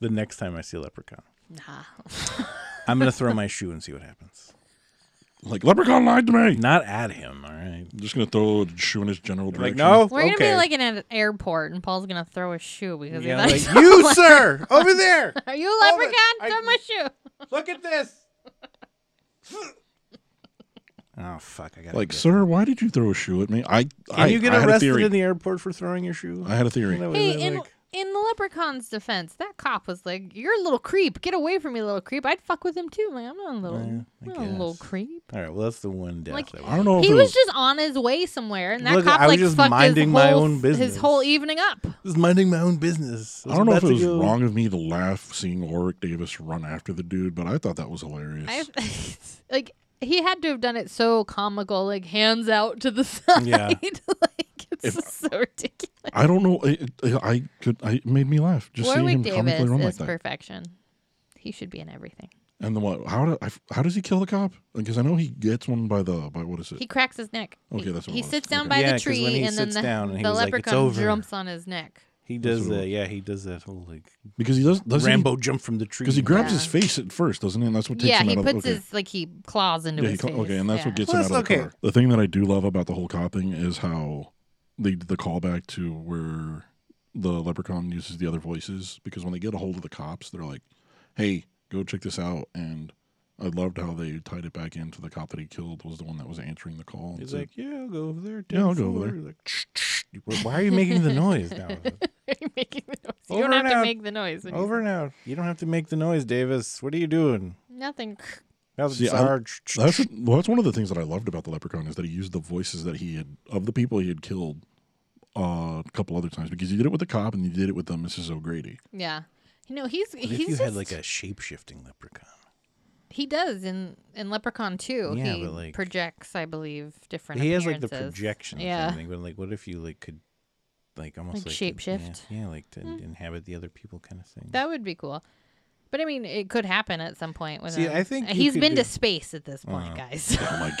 Speaker 1: the next time I see a leprechaun,
Speaker 3: Nah.
Speaker 1: I'm gonna throw my shoe and see what happens.
Speaker 2: like leprechaun lied to me.
Speaker 1: Not at him, all right.
Speaker 2: I'm just gonna throw a shoe in his general direction.
Speaker 1: Like no,
Speaker 3: We're gonna
Speaker 1: okay.
Speaker 3: be like in an airport, and Paul's gonna throw a shoe because
Speaker 1: Yeah,
Speaker 3: he
Speaker 1: like,
Speaker 3: thought,
Speaker 1: you, sir, over there.
Speaker 3: "Are you a
Speaker 1: Hold it,
Speaker 3: leprechaun?
Speaker 1: I-
Speaker 3: Throw my shoe."
Speaker 1: Look at this. oh fuck! I got
Speaker 2: Like, sir, why did you throw a shoe at me? I
Speaker 1: Can
Speaker 2: I,
Speaker 1: you get
Speaker 2: I had a
Speaker 1: arrested
Speaker 2: theory.
Speaker 1: in the airport for throwing your shoe?
Speaker 2: I had a theory.
Speaker 1: That was
Speaker 3: Hey,
Speaker 1: it,
Speaker 3: in
Speaker 1: like-
Speaker 3: in the leprechaun's defense, that cop was like, "You're a little creep. Get away from me, little creep." I'd fuck with him too. I'm like, I'm not a little,
Speaker 1: Yeah, I
Speaker 3: I'm not a little
Speaker 1: guess.
Speaker 3: creep.
Speaker 1: all right. Well, that's the one death.
Speaker 3: Like,
Speaker 1: that we-
Speaker 2: I don't know. if
Speaker 3: He
Speaker 2: it
Speaker 3: was just on his way somewhere, and that
Speaker 1: Look,
Speaker 3: cop
Speaker 1: I was
Speaker 3: like
Speaker 1: just
Speaker 3: fucked
Speaker 1: minding
Speaker 3: his
Speaker 1: my
Speaker 3: whole,
Speaker 1: own business.
Speaker 3: his whole evening up.
Speaker 1: This is minding my own business.
Speaker 2: I don't know if it
Speaker 1: about
Speaker 2: was
Speaker 1: to go-
Speaker 2: wrong of me to laugh seeing Warwick Davis run after the dude, but I thought that was hilarious.
Speaker 3: I like he had to have done it so comical, like hands out to the side.
Speaker 1: Yeah.
Speaker 3: like it's
Speaker 2: If-
Speaker 3: just so ridiculous.
Speaker 2: I don't know. It, it- I could. I, it made me laugh just seeing
Speaker 3: Warwick
Speaker 2: him comically
Speaker 3: Davis
Speaker 2: run like
Speaker 3: is
Speaker 2: that.
Speaker 3: perfection. He should be in everything.
Speaker 2: And then what? How do, I, How does he kill the cop? Because I know he gets one by the by. What is it?
Speaker 3: He cracks his neck.
Speaker 2: Okay,
Speaker 3: He-
Speaker 2: that's what
Speaker 3: he
Speaker 2: it was.
Speaker 3: sits down
Speaker 2: Okay.
Speaker 3: by
Speaker 1: Yeah,
Speaker 3: the
Speaker 1: 'cause when
Speaker 3: tree,
Speaker 1: he
Speaker 3: and then
Speaker 1: sits
Speaker 3: the,
Speaker 1: down and he
Speaker 3: the
Speaker 1: was like, "It's
Speaker 3: leprechaun
Speaker 1: over."
Speaker 3: jumps on his neck.
Speaker 1: He does
Speaker 2: what it
Speaker 1: that. Yeah, he does that whole like
Speaker 2: because he does. does
Speaker 1: Rambo jump from the tree.
Speaker 2: Because he grabs
Speaker 3: Yeah.
Speaker 2: his face at first, doesn't he? And that's what takes
Speaker 3: yeah,
Speaker 2: him
Speaker 3: he
Speaker 2: out
Speaker 3: puts
Speaker 2: of okay.
Speaker 3: his like he claws into
Speaker 2: Yeah, he
Speaker 3: his
Speaker 2: cla-
Speaker 3: face.
Speaker 2: okay, and that's
Speaker 3: yeah.
Speaker 2: what gets
Speaker 1: Well,
Speaker 2: him out of
Speaker 1: that's
Speaker 2: the
Speaker 1: okay.
Speaker 2: car. The thing that I do love about the whole cop thing is how they did the callback to where the leprechaun uses the other voices because when they get a hold of the cops, they're like, "Hey, go check this out." And I loved how they tied it back into the cop that he killed was the one that was answering the call. and
Speaker 1: He's
Speaker 2: said,
Speaker 1: like, yeah, I'll go over there.
Speaker 2: Yeah, I'll go over
Speaker 1: four."
Speaker 2: there.
Speaker 1: Like, "Tsh, tsh." Why- why are you making the noise now?
Speaker 3: You're making the noise. You
Speaker 1: Over
Speaker 3: don't have
Speaker 1: and
Speaker 3: to
Speaker 1: out.
Speaker 3: make the noise. when you
Speaker 1: over
Speaker 3: say-
Speaker 1: and out. You don't have to make the noise, Davis. What are you doing?
Speaker 3: Nothing.
Speaker 1: That was
Speaker 2: See, I-
Speaker 1: Sarge. Tsh,
Speaker 2: That's
Speaker 1: tsh.
Speaker 2: well, that's one of the things that I loved about the Leprechaun is that he used the voices that he had of the people he had killed uh, a couple other times because he did it with the cop and he did it with the Mrs. O'Grady.
Speaker 3: Yeah. You know, he's
Speaker 1: What
Speaker 3: he's
Speaker 1: if you
Speaker 3: just,
Speaker 1: had like a shape shifting leprechaun?
Speaker 3: He does in in Leprechaun 2.
Speaker 1: Yeah,
Speaker 3: he
Speaker 1: but, like,
Speaker 3: projects, I believe, different.
Speaker 1: He has like the
Speaker 3: appearances.
Speaker 1: projection yeah.
Speaker 3: Yeah.
Speaker 1: thing, but like, what if you like could, like almost
Speaker 3: Like
Speaker 1: like,
Speaker 3: shapeshift?
Speaker 1: Yeah, yeah, like to inhabit the other people, kind of thing.
Speaker 3: That would be cool. But I mean, it could happen at some point. With
Speaker 1: See,
Speaker 3: him.
Speaker 1: I think
Speaker 3: Uh,
Speaker 1: you
Speaker 3: he's
Speaker 1: could
Speaker 3: been
Speaker 1: do- Uh.
Speaker 3: to space at this point, guys.
Speaker 2: Oh my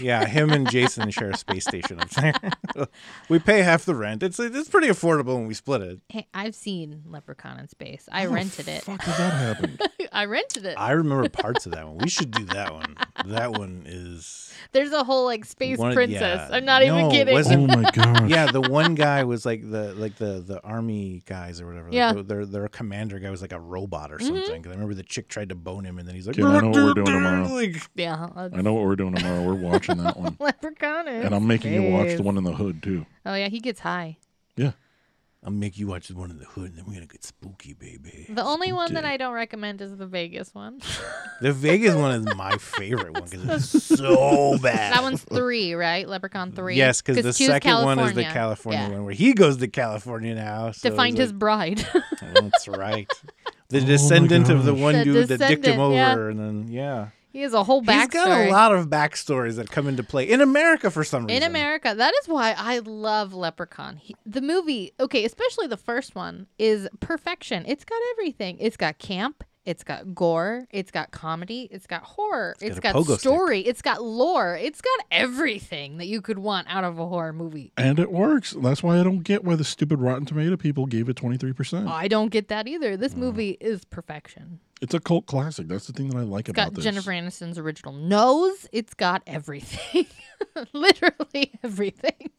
Speaker 1: yeah, him and Jason share a space station up there. we pay half the rent. It's it's pretty affordable when we split it.
Speaker 3: hey, I've seen Leprechaun in space. I
Speaker 2: How the
Speaker 3: rented it.
Speaker 2: Fuck did that happen?
Speaker 3: I rented it.
Speaker 1: Oh, I remember parts of that one. We should do that one. That one is
Speaker 3: There's a whole like space
Speaker 1: One-
Speaker 3: princess.
Speaker 1: yeah.
Speaker 3: I'm not even
Speaker 1: No,
Speaker 3: kidding.
Speaker 1: wasn't-
Speaker 2: oh my gosh!
Speaker 1: yeah. The one guy was like the like the the army guys or whatever. Like,
Speaker 3: Yeah. Mm-hmm.
Speaker 1: the- their their commander guy was like a robot or something. Because I remember the chick tried to bone him, and then he's like,
Speaker 2: Kid, I know what we're doing tomorrow.
Speaker 1: Like,
Speaker 3: yeah. that's
Speaker 2: I know what we're doing tomorrow. We're watching that one,
Speaker 3: Leprechaun. in
Speaker 2: and I'm making you watch
Speaker 3: space.
Speaker 2: the one in the hood too.
Speaker 3: Oh yeah, he gets high.
Speaker 2: Yeah,
Speaker 1: I'll make you watch the one in the hood, and then we're gonna get spooky, baby.
Speaker 3: The only one that
Speaker 2: Spooky.
Speaker 3: I don't recommend is the Vegas one.
Speaker 1: The Vegas one is my favorite one because it's so bad.
Speaker 3: That one's three, right? Leprechaun three.
Speaker 1: Yes, because the
Speaker 3: two's
Speaker 1: second one is the California
Speaker 3: Yeah.
Speaker 1: one where he goes to California now. So
Speaker 3: to find his bride.
Speaker 1: his. That's right. The descendant of the
Speaker 2: Oh gosh.
Speaker 1: one
Speaker 3: The
Speaker 1: dude that dicked him
Speaker 3: descendant,
Speaker 1: over,
Speaker 3: yeah.
Speaker 1: and then yeah,
Speaker 3: he has a whole backstory.
Speaker 1: he's got a lot of backstories that come into play in America for some reason.
Speaker 3: in America. That is why I love Leprechaun. He, the movie, okay, especially the first one, is perfection. It's got everything. It's got camp. It's got gore. It's got comedy. It's got horror.
Speaker 1: It's
Speaker 3: It's
Speaker 1: got
Speaker 3: got,
Speaker 1: a pogo stick.
Speaker 3: story. It's got lore. It's got everything that you could want out of a horror movie.
Speaker 2: and it works. That's why I don't get why the stupid Rotten Tomato people gave it 23. percent
Speaker 3: I don't get that either.
Speaker 1: Mm.
Speaker 3: This movie is perfection.
Speaker 2: It's a cult classic. That's the thing that I like
Speaker 3: It's
Speaker 2: about
Speaker 3: got
Speaker 2: this.
Speaker 3: Jennifer Aniston's original nose. It's got everything. Literally everything.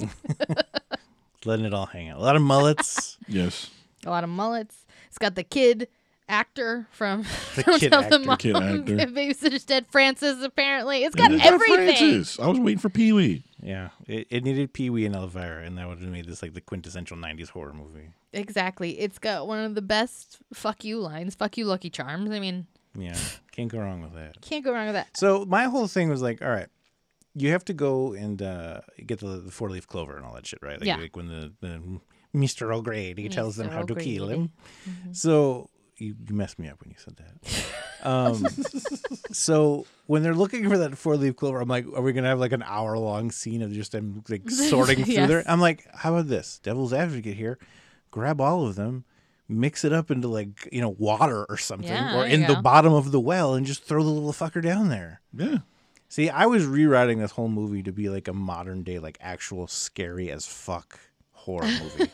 Speaker 1: letting it all hang out. A lot of mullets.
Speaker 2: Yes,
Speaker 3: a lot of mullets. It's got the kid actor from
Speaker 1: The
Speaker 3: Don't
Speaker 1: kid
Speaker 3: Tell
Speaker 1: actor.
Speaker 3: Mom
Speaker 2: Kid actor.
Speaker 3: and Babysitter's Dead Francis. Apparently, it's got
Speaker 2: And it's got
Speaker 3: everything.
Speaker 2: Francis. I was waiting for Pee Wee.
Speaker 1: yeah, it, it needed Pee Wee and Elvira, and that would have made this like the quintessential '90s horror movie.
Speaker 3: exactly. It's got one of the best "fuck you" lines. "Fuck you, Lucky Charms." I mean,
Speaker 1: Yeah, Can't go wrong with that.
Speaker 3: Can't go wrong with that.
Speaker 1: So my whole thing was like, all right, you have to go and uh, get the, the four leaf clover and all that shit, right? Like,
Speaker 3: Yeah.
Speaker 1: like when the, the Mr. O'Grady tells them
Speaker 3: Mr.
Speaker 1: how to kill
Speaker 3: O'Grady.
Speaker 1: him.
Speaker 3: Mm-hmm.
Speaker 1: So you, you messed me up when you said that. Um, so when they're looking for that four leaf clover, I'm like, are we gonna have like an hour long scene of just them like sorting through
Speaker 3: Yes.
Speaker 1: there? I'm like, how about this? Devil's advocate here. Grab all of them, mix it up into like you know water or something,
Speaker 3: Yeah,
Speaker 1: or
Speaker 3: there
Speaker 1: in
Speaker 3: you
Speaker 1: the
Speaker 3: go.
Speaker 1: bottom of the well, and just throw the little fucker down there.
Speaker 2: Yeah.
Speaker 1: See, I was rewriting this whole movie to be like a modern day, like actual scary as fuck horror movie.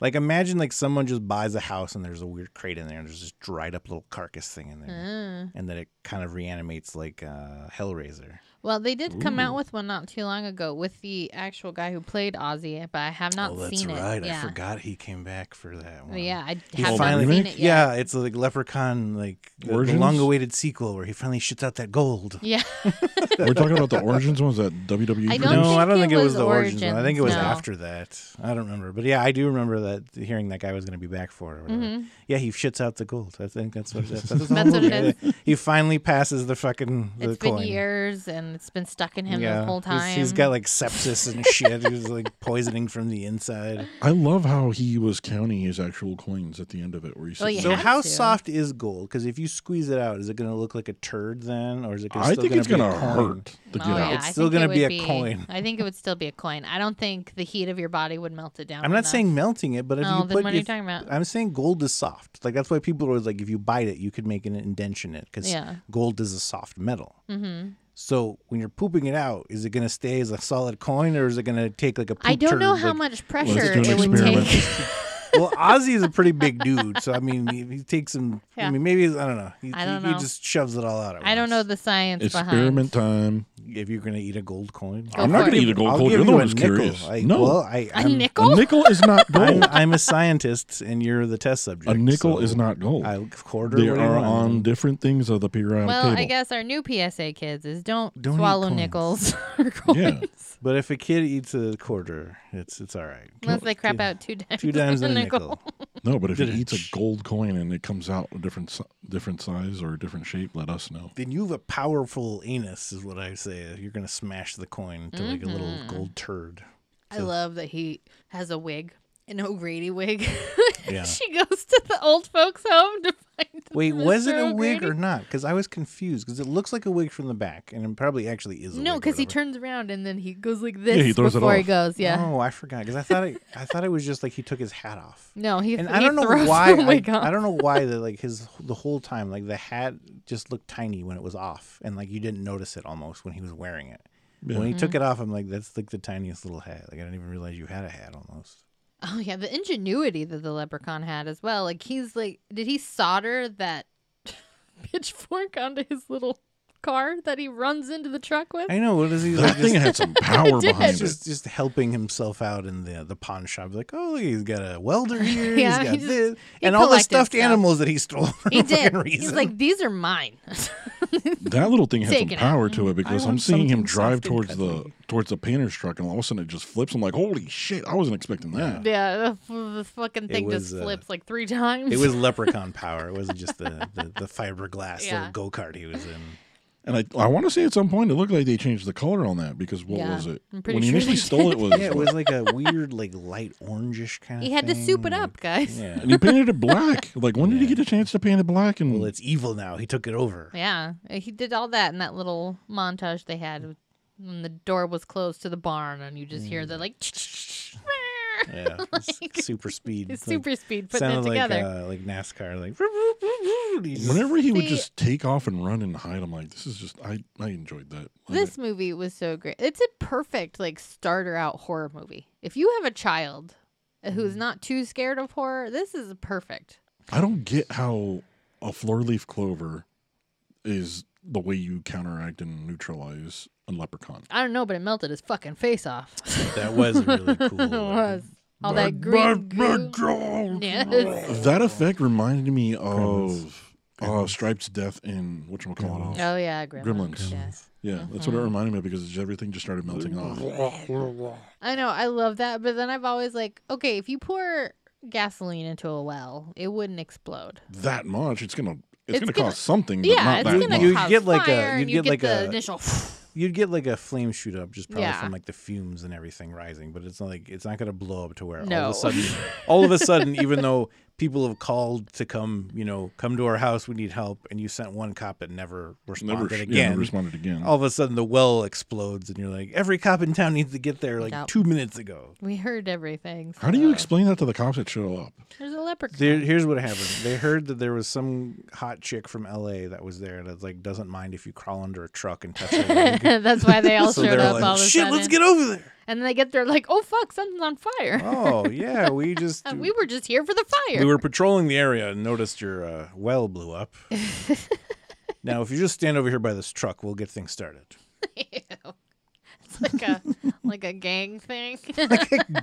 Speaker 1: like imagine like someone just buys a house and there's a weird crate in there and there's this dried up little carcass thing in there.
Speaker 3: Uh,
Speaker 1: And then it kind of reanimates like uh, Hellraiser.
Speaker 3: well, they did come out with one not too long ago with the actual guy who played Ozzy, but I have not
Speaker 1: oh, that's
Speaker 3: seen
Speaker 1: right.
Speaker 3: it. Yeah.
Speaker 1: I forgot he came back for that
Speaker 3: But
Speaker 1: one.
Speaker 3: yeah, I
Speaker 1: He
Speaker 3: have
Speaker 1: finally,
Speaker 3: not seen it yet.
Speaker 1: yeah, it's like Leprechaun, like the- the,
Speaker 2: Origins?
Speaker 1: long-awaited sequel where he finally shoots out that gold.
Speaker 3: Yeah.
Speaker 2: We're talking about the origins ones that E WWE.
Speaker 3: I
Speaker 2: produced?
Speaker 3: don't
Speaker 1: no,
Speaker 3: think
Speaker 1: I don't
Speaker 3: it
Speaker 1: think it was,
Speaker 3: was
Speaker 1: the origins. one. I think it was
Speaker 3: Origins, no.
Speaker 1: after that. I don't remember, but yeah, I do remember that hearing that guy was going to be back for it. Or whatever. Yeah, he shits out the gold. I think that's what that's, that's,
Speaker 3: Mm-hmm. That's what it
Speaker 1: is. He finally passes the fucking the
Speaker 3: It's been
Speaker 1: coin.
Speaker 3: years and it's been stuck in him
Speaker 1: Yeah,
Speaker 3: the whole time.
Speaker 1: he's- he's got like sepsis and shit. he was like poisoning from the inside.
Speaker 2: I love how he was counting his actual coins at the end of it, where he
Speaker 3: Oh,
Speaker 2: said,
Speaker 3: yeah.
Speaker 1: So
Speaker 3: had
Speaker 1: how
Speaker 3: to.
Speaker 1: soft is gold? Because if you squeeze it out, is it going to look like a turd then, or is it? Gonna
Speaker 2: I
Speaker 1: still
Speaker 2: think it's
Speaker 1: gonna
Speaker 2: gonna
Speaker 1: be a coin?
Speaker 2: hurt to get
Speaker 3: oh,
Speaker 2: out.
Speaker 3: Yeah,
Speaker 1: It's
Speaker 3: I
Speaker 1: still
Speaker 3: think it
Speaker 1: gonna be
Speaker 3: would
Speaker 1: a coin.
Speaker 3: I think it would still be a coin. I don't think the heat of your body would melt it down.
Speaker 1: I'm not
Speaker 3: enough.
Speaker 1: saying melting it, but if
Speaker 3: Oh,
Speaker 1: you
Speaker 3: then
Speaker 1: put,
Speaker 3: what are you
Speaker 1: if-
Speaker 3: talking about?
Speaker 1: I'm saying gold is soft. Like that's why people are always like, if you bite it, you could make an indention in it because
Speaker 3: Yeah.
Speaker 1: gold is a soft metal. Mm-hmm. So when you're pooping it out, is it going to stay as a solid coin or is it going to take like a? Poop
Speaker 3: I don't know
Speaker 1: turd,
Speaker 3: how
Speaker 1: like-
Speaker 3: much
Speaker 2: do
Speaker 3: pressure
Speaker 2: an
Speaker 3: it would
Speaker 2: experiment.
Speaker 3: take.
Speaker 1: Well, Ozzy is a pretty big dude, so I mean, he, he takes some. I
Speaker 3: Yeah.
Speaker 1: mean, maybe I don't know. He,
Speaker 3: I don't
Speaker 1: he,
Speaker 3: know.
Speaker 1: he just shoves it all out. At
Speaker 3: I don't know
Speaker 1: once.
Speaker 3: the science
Speaker 2: Experiment time.
Speaker 1: if you're going to eat a gold coin.
Speaker 3: Go I'm not for
Speaker 2: gonna
Speaker 3: it.
Speaker 2: eat a gold
Speaker 1: I'll
Speaker 2: coin.
Speaker 1: give
Speaker 2: You're the
Speaker 1: you
Speaker 2: one
Speaker 1: a
Speaker 2: who's
Speaker 1: nickel.
Speaker 2: curious.
Speaker 1: I,
Speaker 2: No.
Speaker 1: well, I,
Speaker 3: behind. A
Speaker 1: I'm,
Speaker 3: nickel?
Speaker 2: A nickel is not
Speaker 1: I'm,
Speaker 2: gold.
Speaker 1: I'm a scientist, and you're the test subject.
Speaker 2: a
Speaker 1: so
Speaker 2: nickel is not gold.
Speaker 1: I quarter.
Speaker 2: they
Speaker 1: what do you
Speaker 2: are
Speaker 1: want?
Speaker 2: on different things of the periodic
Speaker 3: well,
Speaker 2: table.
Speaker 3: I guess our new PSA kids is don't,
Speaker 1: Don't eat
Speaker 3: swallow
Speaker 1: coins.
Speaker 3: nickels or coins
Speaker 2: Yeah.
Speaker 1: But if a kid eats a quarter, it's it's all right.
Speaker 3: unless they crap out two times.
Speaker 1: Two dimes
Speaker 3: in
Speaker 1: and a nickel.
Speaker 2: No, but if it
Speaker 1: Did it-
Speaker 2: eats a gold coin and it comes out a different si- different size or a different shape, let us know.
Speaker 1: Then you have a powerful anus, is what I say. You're gonna smash the coin to like a little
Speaker 3: Mm-hmm.
Speaker 1: gold turd.
Speaker 3: I love that he has a wig, an O'Grady wig.
Speaker 1: Yeah.
Speaker 3: she goes to the old folks' home to find.
Speaker 1: Wait,
Speaker 3: Mr.
Speaker 1: was it a wig
Speaker 3: O'Grady.
Speaker 1: or not? Because I was confused. Because it looks like a wig from the back, and it probably actually is. A
Speaker 3: No,
Speaker 1: wig or
Speaker 3: because he
Speaker 1: whatever.
Speaker 3: turns around and then he goes like this
Speaker 2: he throws it
Speaker 3: before he
Speaker 2: off.
Speaker 3: goes. Yeah.
Speaker 1: Oh, I forgot. Because I thought it, I thought it was just like he took his hat off.
Speaker 3: No, he.
Speaker 1: And
Speaker 3: he
Speaker 1: I don't know
Speaker 3: throws oh
Speaker 1: why.
Speaker 3: The wig off.
Speaker 1: I, I don't know why that like his the whole time like the hat just looked tiny when it was off, and like you didn't notice it almost when he was wearing it. When he took it
Speaker 3: Mm-hmm.
Speaker 1: off, I'm like, that's like the tiniest little hat. Like I didn't even realize you had a hat almost.
Speaker 3: Oh yeah, the ingenuity that the leprechaun had as well. Like he's like, did he solder that pitchfork onto his little car that he runs into the truck with?
Speaker 1: I know. What is he?
Speaker 2: That
Speaker 1: Like,
Speaker 2: thing
Speaker 1: just,
Speaker 2: had some power
Speaker 3: did.
Speaker 2: behind it.
Speaker 1: just just helping himself out in the the pawn shop. Like, oh, look, he's got a welder here.
Speaker 3: Yeah,
Speaker 1: he's got
Speaker 3: he just-
Speaker 1: this,
Speaker 3: he
Speaker 1: and all the
Speaker 3: collected
Speaker 1: stuffed
Speaker 3: stuff.
Speaker 1: animals that he stole for
Speaker 3: He
Speaker 1: no
Speaker 3: did.
Speaker 1: fucking reason.
Speaker 3: He's like, these are mine.
Speaker 2: That little thing had some
Speaker 3: Taking it.
Speaker 2: power to it because I'm
Speaker 1: want
Speaker 2: seeing
Speaker 1: something
Speaker 2: him drive
Speaker 1: soft and
Speaker 2: towards the
Speaker 1: cuddly.
Speaker 2: towards the painter's truck, and all of a sudden it just flips. I'm like, holy shit! I wasn't expecting that.
Speaker 3: yeah, the, f- the fucking thing
Speaker 1: was,
Speaker 3: just
Speaker 1: uh,
Speaker 3: flips like three times.
Speaker 1: it was leprechaun power. It wasn't just the the, the fiberglass
Speaker 3: Yeah.
Speaker 1: little go kart he was in.
Speaker 2: And I I want to say at some point it looked like they changed the color on that because what
Speaker 3: Yeah,
Speaker 2: was it?
Speaker 3: I'm pretty
Speaker 2: When he
Speaker 3: sure
Speaker 2: initially
Speaker 3: they
Speaker 2: stole it was,
Speaker 1: Yeah, it was like a weird, like light orangish kind of.
Speaker 3: he had to soup it up, guys. Yeah.
Speaker 1: Yeah.
Speaker 2: and he painted it black. Like when did he get a chance to paint it black? And
Speaker 1: Well, it's evil now. He took it over.
Speaker 3: eh, he did all that in that little montage they had with- when the door was closed to the barn, and you just hear
Speaker 1: Mm.
Speaker 3: the like
Speaker 1: Yeah. it's super speed.
Speaker 3: his
Speaker 1: like,
Speaker 3: super speed putting it
Speaker 1: sounded like
Speaker 3: together.
Speaker 1: uh, like NASCAR. Like. "Roop, roop, roop, roop," and he's just-
Speaker 2: whenever he would
Speaker 3: See-
Speaker 2: just take off and run and hide, I'm like, this is just I I enjoyed that. Like,
Speaker 3: This movie was so great. It's a perfect like starter out horror movie. If you have a child who's not too scared of horror, this is perfect.
Speaker 2: I don't get how a floor leaf clover is the way you counteract and neutralize a leprechaun.
Speaker 3: I don't know, but it melted his fucking face off.
Speaker 1: that was really cool.
Speaker 3: it was all that green goo. Yes.
Speaker 2: That effect reminded me of uh, Stripe's death in whatchamacallit.
Speaker 3: Oh yeah, gremlins.
Speaker 2: Gremlins.
Speaker 3: Yeah.
Speaker 2: Yeah, that's
Speaker 3: Mm-hmm.
Speaker 2: what it reminded me of because everything just started melting off.
Speaker 3: I know, I love that, but then I've always like, okay, if you pour gasoline into a well, it wouldn't explode.
Speaker 2: That much, it's gonna it's,
Speaker 3: It's
Speaker 2: going to
Speaker 3: gonna-
Speaker 2: cost something. But
Speaker 3: yeah,
Speaker 2: not
Speaker 3: it's
Speaker 2: that
Speaker 3: gonna
Speaker 2: much.
Speaker 1: You
Speaker 3: cause
Speaker 1: get like a-
Speaker 3: fire, and
Speaker 1: you'd
Speaker 3: you
Speaker 1: get like
Speaker 3: the
Speaker 1: a-
Speaker 3: initial.
Speaker 1: You'd get like a flame shoot up just probably
Speaker 3: Yeah.
Speaker 1: from like the fumes and everything rising, but it's not like it's not gonna blow up to where all
Speaker 3: No.
Speaker 1: of a sudden all of a sudden, even though people have called to come, you know, come to our house, we need help, and you sent one cop that never responded
Speaker 2: Never, yeah,
Speaker 1: again.
Speaker 2: never responded again.
Speaker 1: all of a sudden the well explodes and you're like, every cop in town needs to get there like
Speaker 3: doubt.
Speaker 1: two minutes ago.
Speaker 3: We heard everything.
Speaker 2: How do you
Speaker 1: Uh,
Speaker 3: so
Speaker 2: explain that to the cops that show up?
Speaker 3: There's a leprechaun.
Speaker 1: There, here's what happened. They heard that there was some hot chick from LA that was there that like doesn't mind if you crawl under a truck and touch her leg.
Speaker 3: That's why they all
Speaker 1: so
Speaker 3: showed
Speaker 1: they're
Speaker 3: up
Speaker 1: like,
Speaker 3: all of a
Speaker 1: shit,
Speaker 3: sudden.
Speaker 1: let's get over there.
Speaker 3: and then they get there like, oh fuck, something's on fire.
Speaker 1: Oh yeah, we just
Speaker 3: And we were just here for the fire.
Speaker 1: we were patrolling the area and noticed your uh, well blew up. now, if you just stand over here by this truck, we'll get things started.
Speaker 3: it's like a like a gang thing.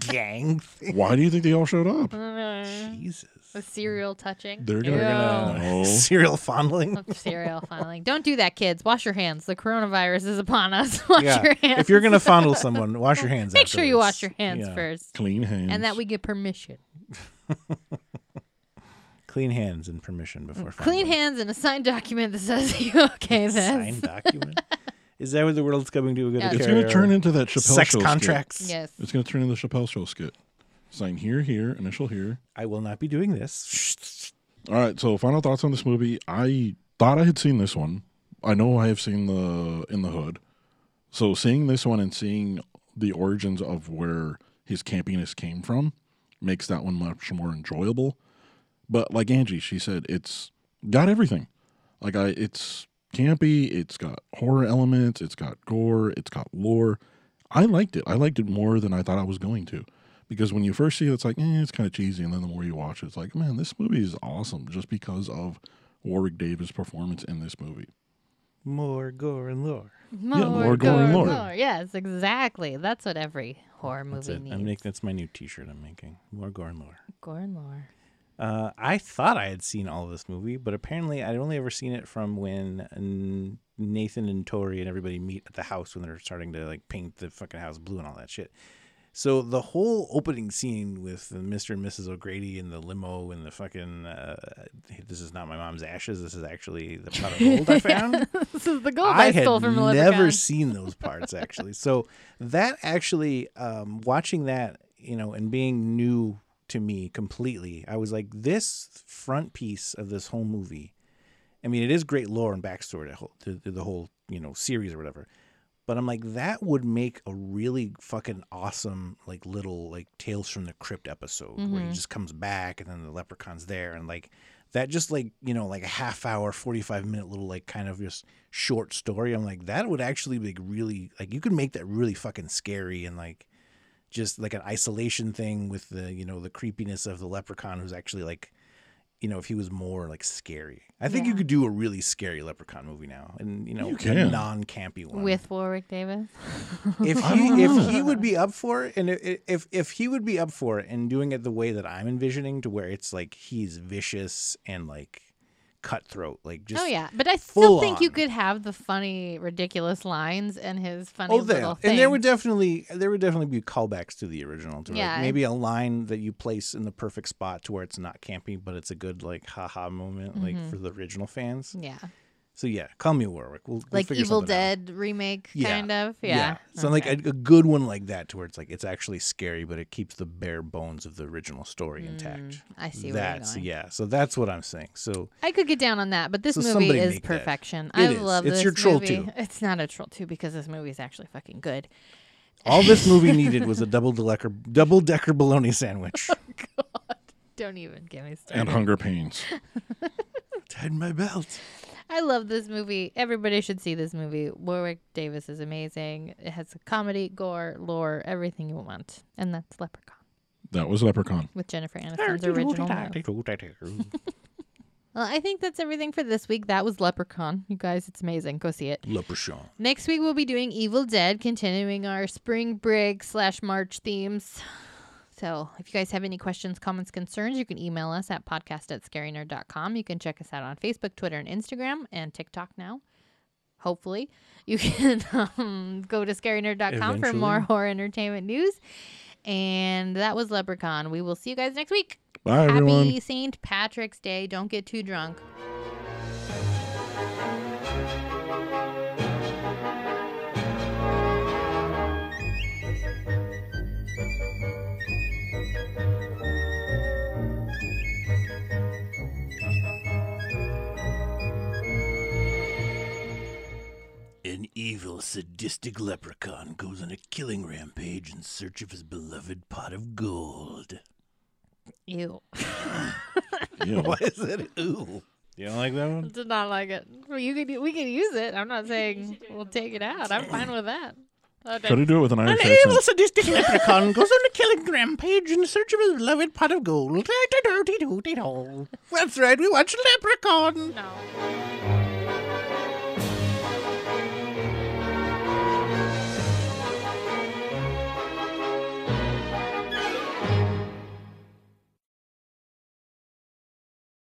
Speaker 1: Gang thing.
Speaker 2: Why do you think they all showed up?
Speaker 3: the
Speaker 1: Jesus.
Speaker 3: cereal touching.
Speaker 2: They're gonna-
Speaker 1: They're
Speaker 2: No.
Speaker 1: Serial fondling.
Speaker 3: cereal fondling. Don't do that, kids. Wash your hands. The coronavirus is upon us. Wash
Speaker 1: yeah.
Speaker 3: your hands.
Speaker 1: If you're gonna fondle someone, wash your hands.
Speaker 3: Make sure you wash your
Speaker 1: afterwards.
Speaker 3: hands
Speaker 1: Yeah.
Speaker 3: first,
Speaker 2: Clean hands.
Speaker 3: and that we get permission.
Speaker 1: Clean hands and permission before. fondling.
Speaker 3: Clean hands and a signed document that says you okay
Speaker 1: Signed
Speaker 3: this.
Speaker 1: document. Is that what the world's coming to? We're gonna
Speaker 3: Yes.
Speaker 2: It's
Speaker 1: carry
Speaker 2: going to turn
Speaker 1: our
Speaker 2: into that Chappelle
Speaker 1: sex
Speaker 2: show
Speaker 1: contracts.
Speaker 3: Yes.
Speaker 2: skit. It's going to turn into the Chappelle show skit. Sign here, here, initial here.
Speaker 1: I will not be doing this.
Speaker 2: All right. So, final thoughts on this movie. I thought I had seen this one. I know I have seen the In the Hood. So, seeing this one and seeing the origins of where his campiness came from makes that one much more enjoyable. But like Angie, she said it's got everything. Like I, it's campy. It's got horror elements. It's got gore. It's got lore. I liked it. I liked it more than I thought I was going to, because when you first see it, it's like eh, it's kind of cheesy, and then the more you watch it, it's like man, this movie is awesome just because of Warwick Davis' performance in this movie.
Speaker 1: More gore and lore.
Speaker 3: More,
Speaker 2: more going
Speaker 3: gore,
Speaker 2: more.
Speaker 3: Yes, exactly. That's what every horror
Speaker 1: That's
Speaker 3: movie
Speaker 1: it.
Speaker 3: needs.
Speaker 1: I'm making. That's my new T-shirt. I'm making. More gore and lore.
Speaker 3: Gore and lore.
Speaker 1: Uh, I thought I had seen all of this movie, but apparently I'd only ever seen it from when N- Nathan and Tori and everybody meet at the house when they're starting to like paint the fucking house blue and all that shit. So the whole opening scene with the Mr. and Mrs. O'Grady in the limo and the fucking uh, this is not my mom's ashes. This is actually the pot of gold I found.
Speaker 3: This is the gold
Speaker 1: I
Speaker 3: I,
Speaker 1: had
Speaker 3: stole from the
Speaker 1: never
Speaker 3: leprechaun.
Speaker 1: seen those parts actually. So that actually, um, watching that, you know, and being new to me completely, I was like, this front piece of this whole movie. I mean, it is great lore and backstory to, whole, to, to the whole, you know, series or whatever. But I'm like, that would make a really fucking awesome, like little like Tales from the Crypt episode where
Speaker 3: Mm-hmm.
Speaker 1: he just comes back and then the leprechaun's there and like that just like you know like a half hour 45 minute little like kind of just short story i'm like that would actually be really like you could make that really fucking scary and like just like an isolation thing with the you know the creepiness of the leprechaun who's actually like you know if he was more like scary i think you
Speaker 3: Yeah.
Speaker 1: could do a really scary leprechaun movie now and you know
Speaker 2: You
Speaker 1: a
Speaker 2: can.
Speaker 1: non-campy one
Speaker 3: with Warwick Davis.
Speaker 1: if
Speaker 2: I don't
Speaker 1: he if
Speaker 2: know.
Speaker 1: he would be up for it, and i- i- if if he would be up for it, and doing it the way that I'm envisioning, to where it's like he's vicious and like cutthroat, like just
Speaker 3: oh yeah, but I still
Speaker 1: full
Speaker 3: think you
Speaker 1: on.
Speaker 3: could have the funny, ridiculous lines and his funny
Speaker 1: Oh, there
Speaker 3: little thing.
Speaker 1: and there would definitely there would definitely be callbacks to the original, to like,
Speaker 3: Yeah.
Speaker 1: maybe a line that you place in the perfect spot to where it's not campy, but it's a good like haha moment,
Speaker 3: Mm-hmm.
Speaker 1: like for the original fans.
Speaker 3: yeah,
Speaker 1: So yeah, call me Warwick. We'll, we'll
Speaker 3: like
Speaker 1: figure
Speaker 3: Evil
Speaker 1: something out.
Speaker 3: Dead remake
Speaker 1: Yeah.
Speaker 3: kind of. Yeah,
Speaker 1: So like a, a good one like that to where it's like it's actually scary, but it keeps the bare bones of the original story intact.
Speaker 3: Mm, I see where you're
Speaker 1: That's
Speaker 3: going.
Speaker 1: yeah. So that's what I'm saying. So
Speaker 3: I could get down on that, but this
Speaker 1: So
Speaker 3: movie
Speaker 1: somebody
Speaker 3: is
Speaker 1: make that.
Speaker 3: perfection.
Speaker 1: It
Speaker 3: I
Speaker 1: is.
Speaker 3: love
Speaker 1: It's
Speaker 3: this
Speaker 1: your troll
Speaker 3: movie.
Speaker 1: too.
Speaker 3: It's not a troll too because this movie is actually fucking good.
Speaker 1: all this movie needed was a double decker double decker bologna sandwich.
Speaker 3: Don't even get me started.
Speaker 2: And Hunger Pains.
Speaker 1: Tighten my belt.
Speaker 3: I love this movie. Everybody should see this movie. Warwick Davis is amazing. It has comedy, gore, lore, everything you want, and that's Leprechaun
Speaker 2: That was Leprechaun.
Speaker 3: with Jennifer Aniston's original. role. Well, I think that's everything for this week. That was Leprechaun. You guys, it's amazing. Go see it.
Speaker 1: Leprechaun.
Speaker 3: Next week we'll be doing Evil Dead, continuing our spring break slash March themes. So if you guys have any questions, comments, concerns, you can email us at podcast at scarynerd.com. You can check us out on Facebook, Twitter, and Instagram, and TikTok now. Hopefully, you can um, go to scarynerd.com for more
Speaker 1: Eventually.
Speaker 3: horror entertainment news. And that was Leprechaun. We will see you guys next week.
Speaker 2: Bye, everyone.
Speaker 3: Happy St. Patrick's Day. Don't get too drunk.
Speaker 1: evil, sadistic leprechaun goes on a killing rampage in search of his beloved pot of gold.
Speaker 3: Ew.
Speaker 2: Ew.
Speaker 1: Why is that ooh? You don't like that one?
Speaker 3: Did not like it. Well, you could we could use it. I'm not saying we'll take it out. I'm fine with that.
Speaker 2: Try to do it with an
Speaker 1: An
Speaker 2: Irish
Speaker 1: evil,
Speaker 2: accent.
Speaker 1: sadistic leprechaun goes on a killing rampage in search of his beloved pot of gold. That's right, we watch Leprechaun.
Speaker 3: No.